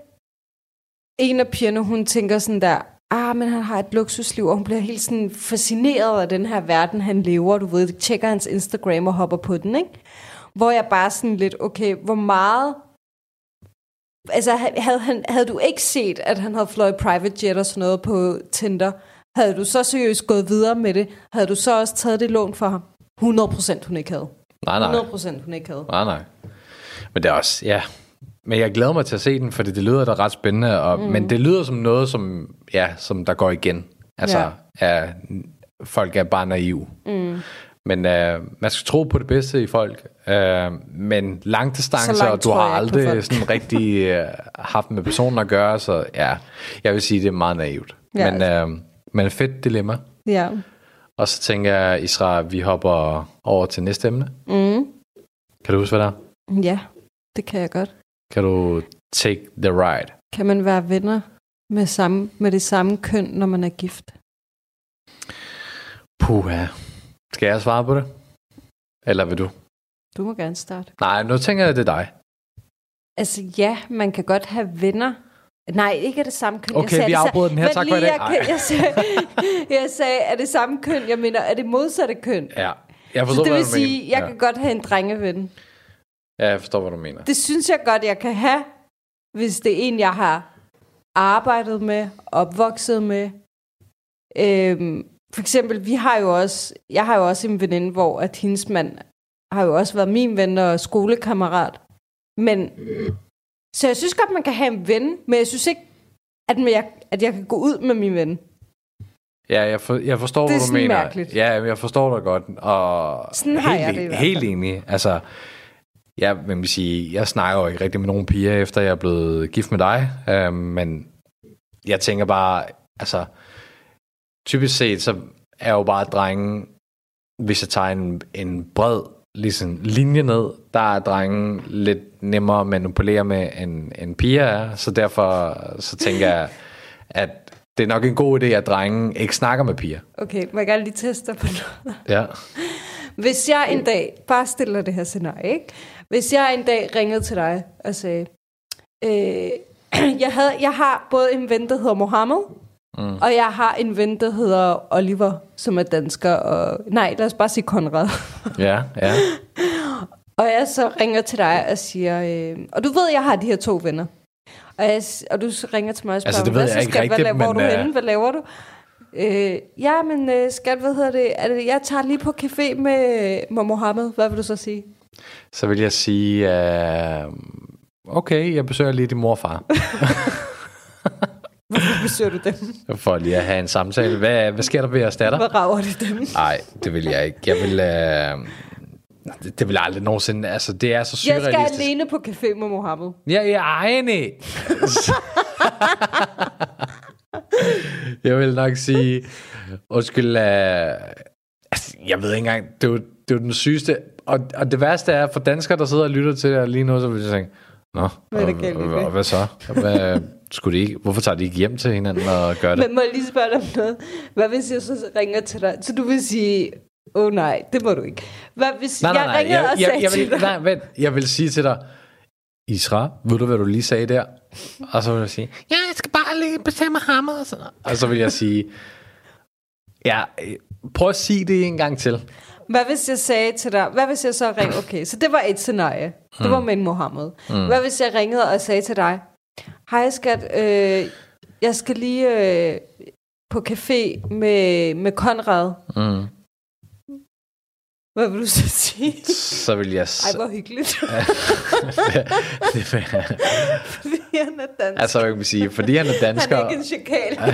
Speaker 5: en af pigerne, hun tænker sådan der, ah, men han har et luksusliv, og hun bliver helt sådan fascineret af den her verden, han lever, du ved, tjekker hans Instagram og hopper på den, ikke? Hvor jeg bare sådan lidt, okay, hvor meget... Altså, ha- havde, han, havde du ikke set, at han havde fløjet private jet og sådan noget på Tinder, havde du så seriøst gået videre med det, havde du så også taget det lån for ham? 100% hun ikke havde.
Speaker 4: Ah, Nej, nej.
Speaker 5: 100% hun ikke havde.
Speaker 4: Nej, nej. Men det er også, ja. Men jeg glæder mig til at se den, fordi det lyder da ret spændende. Og, mm. Men det lyder som noget, som, ja, som der går igen. Altså,
Speaker 5: Ja.
Speaker 4: ja. er, folk er bare naive. Mm. Men øh, man skal tro på det bedste i folk. Øh, men lang
Speaker 5: Så
Speaker 4: distance,
Speaker 5: langt
Speaker 4: og du
Speaker 5: tror
Speaker 4: har
Speaker 5: jeg ikke på
Speaker 4: aldrig
Speaker 5: folk.
Speaker 4: sådan rigtig øh, haft med personen at gøre, så ja, jeg vil sige, det er meget naivt.
Speaker 5: Ja.
Speaker 4: Ja. Men, øh, men fedt dilemma.
Speaker 5: Ja.
Speaker 4: Og så tænker jeg, Isra, vi hopper over til næste emne.
Speaker 5: Mm.
Speaker 4: Kan du huske, hvad der er?
Speaker 5: Ja, det kan jeg godt.
Speaker 4: Kan du take the ride?
Speaker 5: Kan man være venner med, samme, med det samme køn, når man er gift?
Speaker 4: Puha. Skal jeg svare på det? Eller vil du?
Speaker 5: Du må gerne starte.
Speaker 4: Nej, nu tænker jeg, at det er dig.
Speaker 5: Altså ja, man kan godt have venner. Nej, ikke af det samme køn.
Speaker 4: Okay, vi
Speaker 5: er det sa-
Speaker 4: afbryder den her.
Speaker 5: Vent
Speaker 4: Tak for i
Speaker 5: lige,
Speaker 4: dag.
Speaker 5: Jeg, kan-
Speaker 4: Ej.
Speaker 5: jeg, sagde, jeg sagde, er det samme køn? Jeg mener, er det modsatte køn?
Speaker 4: Ja. Jeg
Speaker 5: Så
Speaker 4: forstår,
Speaker 5: det
Speaker 4: hvad
Speaker 5: vil
Speaker 4: du
Speaker 5: sige,
Speaker 4: mener.
Speaker 5: jeg
Speaker 4: ja.
Speaker 5: kan godt have en drengeven.
Speaker 4: Ja, jeg forstår, hvad du mener.
Speaker 5: Det synes jeg godt, jeg kan have, hvis det er en, jeg har arbejdet med, opvokset med. Øhm, for eksempel, vi har jo også, jeg har jo også en veninde, hvor at hendes mand har jo også været min ven og skolekammerat. Men, så jeg synes godt, man kan have en ven, men jeg synes ikke, at jeg, at jeg kan gå ud med min ven.
Speaker 4: Ja, jeg, for, jeg forstår,
Speaker 5: Det er
Speaker 4: hvad du
Speaker 5: sådan
Speaker 4: mener.
Speaker 5: mærkeligt.
Speaker 4: Ja, jeg forstår dig godt. Og
Speaker 5: Sådan har jeg det i hvert fald.
Speaker 4: Helt enig. Altså, jeg, man vil sige, jeg snakker jo ikke rigtig med nogen piger, efter jeg er blevet gift med dig. Øh, men jeg tænker bare, altså, typisk set, så er jeg jo bare drenge, hvis jeg tager en, en bred ligesom, linje ned, der er drengen lidt nemmere at manipulere med, end, end piger er. Så derfor så tænker jeg, at det er nok en god idé, at drengen ikke snakker med piger.
Speaker 5: Okay, må jeg gerne lige teste dig på noget?
Speaker 4: Ja.
Speaker 5: Hvis jeg en dag, bare stiller det her scenarie, ikke? Hvis jeg en dag ringede til dig og sagde, øh, [clears throat] jeg, havde, jeg har både en ven, der hedder Mohammed, mm. og jeg har en ven, der hedder Oliver, som er dansker, og nej, lad os bare sige Konrad.
Speaker 4: Ja, ja.
Speaker 5: Og jeg så ringer til dig og siger, øh, og du ved, jeg har de her to venner. Og, jeg, s- og du s- ringer til mig og spørger,
Speaker 4: Altså, det ved
Speaker 5: hvad,
Speaker 4: jeg
Speaker 5: så,
Speaker 4: ikke
Speaker 5: skat,
Speaker 4: rigtigt,
Speaker 5: hvad, laver- hvor
Speaker 4: men,
Speaker 5: er du
Speaker 4: øh,
Speaker 5: henne? Hvad laver du? Øh, ja, men øh, skat, hvad hedder det? Er det? Jeg tager lige på café med, med Mohammed. Hvad vil du så sige? [laughs]
Speaker 4: Så vil jeg sige, øh, okay, jeg besøger lige din mor og far,
Speaker 5: Besøger du dem?
Speaker 4: for lige at have en samtale. Hvad, hvad sker der ved jeres datter?
Speaker 5: Hvad rager det
Speaker 4: [laughs]
Speaker 5: dem?
Speaker 4: Nej, det vil jeg ikke. Jeg vil... Øh, det, det vil jeg aldrig nogensinde... Altså, det er så
Speaker 5: Jeg
Speaker 4: surrealistisk.
Speaker 5: skal alene på café med Mohammed.
Speaker 4: Ja, ja, enig. jeg vil nok sige, undskyld, øh, altså, jeg ved ikke engang, det er jo, det er jo den sygeste, og, og det værste er, for danskere, der sidder og lytter til det her lige nu, så vil de tænke, Nå,
Speaker 5: Hvad er der
Speaker 4: og-
Speaker 5: galt med
Speaker 4: og,
Speaker 5: det?"
Speaker 4: og, hvad så? Hvad, skulle de ikke, hvorfor tager de ikke hjem til hinanden og gør det?
Speaker 5: Men må jeg lige spørge dig om noget? Hvad hvis jeg så ringer til dig? Så du vil sige, åh oh, nej, det må du ikke. Hvad hvis jeg ringede og sagde
Speaker 4: jeg,
Speaker 5: til
Speaker 4: vil,
Speaker 5: dig?
Speaker 4: nej, vent, jeg vil sige til dig, Isra, ved du, hvad du lige sagde der? Og så vil jeg sige, ja, jeg skal bare lige bestemme ham. Og, sådan. noget. og så vil jeg sige, ja, øh, prøv at sige det en gang til.
Speaker 5: Hvad hvis jeg sagde til dig, hvad hvis jeg så
Speaker 4: [clears throat]
Speaker 5: ringede, okay, så det var et scenarie. Det var med en Mohammed. Mm. Hvad hvis jeg ringede og sagde til dig, hej skat, øh, jeg skal lige øh, på café med, med Konrad.
Speaker 4: Mm.
Speaker 5: Hvad vil du så
Speaker 4: [laughs]
Speaker 5: sige?
Speaker 4: Så vil jeg... s-
Speaker 5: Ej, hvor hyggeligt,
Speaker 4: [laughs] det vil jeg-
Speaker 5: [laughs] fordi han er dansk.
Speaker 4: altså, jeg vil sige, fordi han er
Speaker 5: han
Speaker 4: dansker...
Speaker 5: er ikke en
Speaker 4: [laughs]
Speaker 5: chakal.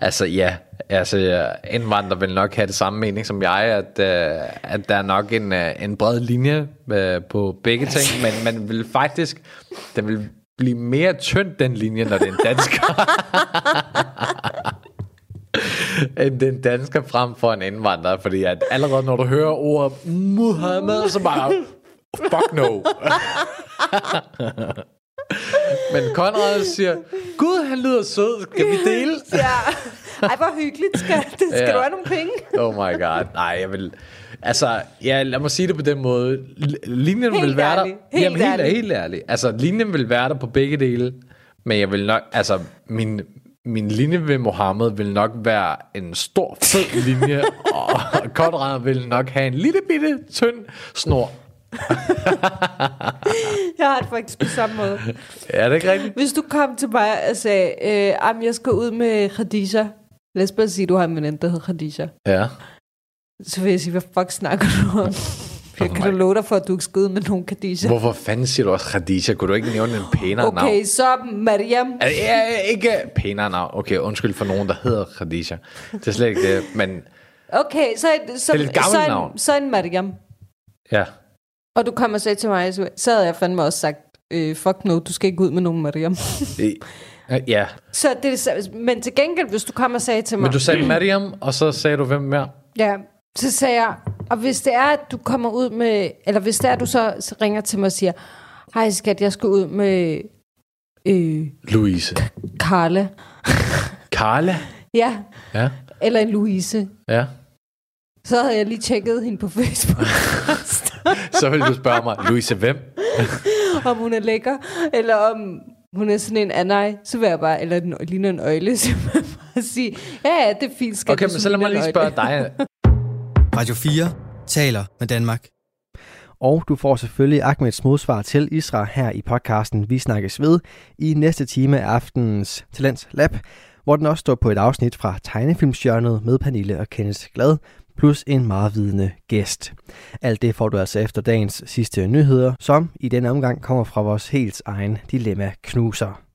Speaker 4: Altså ja, altså ja, indvandrere vil nok have det samme mening som jeg, at, øh, at der er nok en, øh, en bred linje øh, på begge ting, men man vil faktisk, den vil blive mere tynd, den linje, når det er en dansker. end den dansker frem for en indvandrer, fordi at allerede når du hører ordet Muhammed, så bare, fuck no. Men Konrad siger, Gud, han lyder sød, kan vi dele?
Speaker 5: ja. Ej, hvor hyggeligt, skat. Skal
Speaker 4: Ja.
Speaker 5: du have nogle penge?
Speaker 4: Oh my god. Nej, jeg vil... Altså, ja, lad mig sige det på den måde. L- Linjen
Speaker 5: Helt
Speaker 4: vil være der...
Speaker 5: ærlig. Helt
Speaker 4: Jamen, helt,
Speaker 5: ærlig.
Speaker 4: helt ærlig. Altså, linjen vil være der på begge dele, men jeg vil nok... Altså, min, min linje ved Mohammed vil nok være en stor, fed
Speaker 5: [laughs]
Speaker 4: linje, og Konrad vil nok have en lille bitte, tynd snor.
Speaker 5: Jeg har det faktisk på samme måde.
Speaker 4: Er det ikke rigtigt?
Speaker 5: Hvis du kom til mig og sagde, øh, "Am, jeg skal ud med Khadija. Lad os bare sige, du har en veninde, der hedder Khadija.
Speaker 4: Ja.
Speaker 5: Så vil jeg sige, hvad fuck snakker du om? Jeg kan da love dig for, at du ikke skal ud med nogen Khadija.
Speaker 4: Hvorfor fanden siger du også Khadija? Kunne du ikke nævne en pænere navn?
Speaker 5: Okay, så Mariam.
Speaker 4: Altså, jeg er ikke pænere navn. Okay, undskyld for nogen, der hedder Khadija. Det er slet ikke det, men
Speaker 5: Okay, så, et, så,
Speaker 4: Det er lidt gammelt
Speaker 5: så, en,
Speaker 4: navn.
Speaker 5: så en Mariam.
Speaker 4: ja.
Speaker 5: Og du kommer og sagde til mig, så så havde jeg fandme også sagt, øh, fuck no, du skal ikke ud med nogen Mariam.
Speaker 4: Det- Ja,
Speaker 5: så det, er så- men til gengæld, hvis du kommer og sagde til mig,
Speaker 4: men du sagde Mariam, og så sagde du hvem mere?
Speaker 5: Ja, så sagde jeg, og hvis det er, at du kommer ud med, eller hvis det er, at du så så ringer til mig og siger, hej skat, jeg skal ud med øh,
Speaker 4: Louise.
Speaker 5: Carla,
Speaker 4: Carla?
Speaker 5: ja,
Speaker 4: Ja,
Speaker 5: eller en Louise,
Speaker 4: ja.
Speaker 5: så havde jeg lige tjekket hende på Facebook, [laughs]
Speaker 4: Så vil du spørge mig, Louise hvem?
Speaker 5: om hun er lækker, eller om hun er sådan en anej, så vil jeg bare, eller den ligner en øjle, [laughs] så vil jeg bare sige, ja, ja, det er fint, skat.
Speaker 4: Okay,
Speaker 5: du
Speaker 4: men så
Speaker 5: ligner
Speaker 4: lad mig
Speaker 5: en
Speaker 4: lige
Speaker 5: øgle."
Speaker 4: spørge dig.
Speaker 1: Radio 4 taler med Danmark. Og du får selvfølgelig Ahmeds modsvar til Isra her i podcasten Vi Snakkes Ved i næste time af aftenens Talents Lab, hvor den også står på et afsnit fra tegnefilmsjørnet med Pernille og Kenneth Glad, plus en meget vidende gæst. Alt det får du altså efter dagens sidste nyheder, som i denne omgang kommer fra vores helt egen dilemma knuser.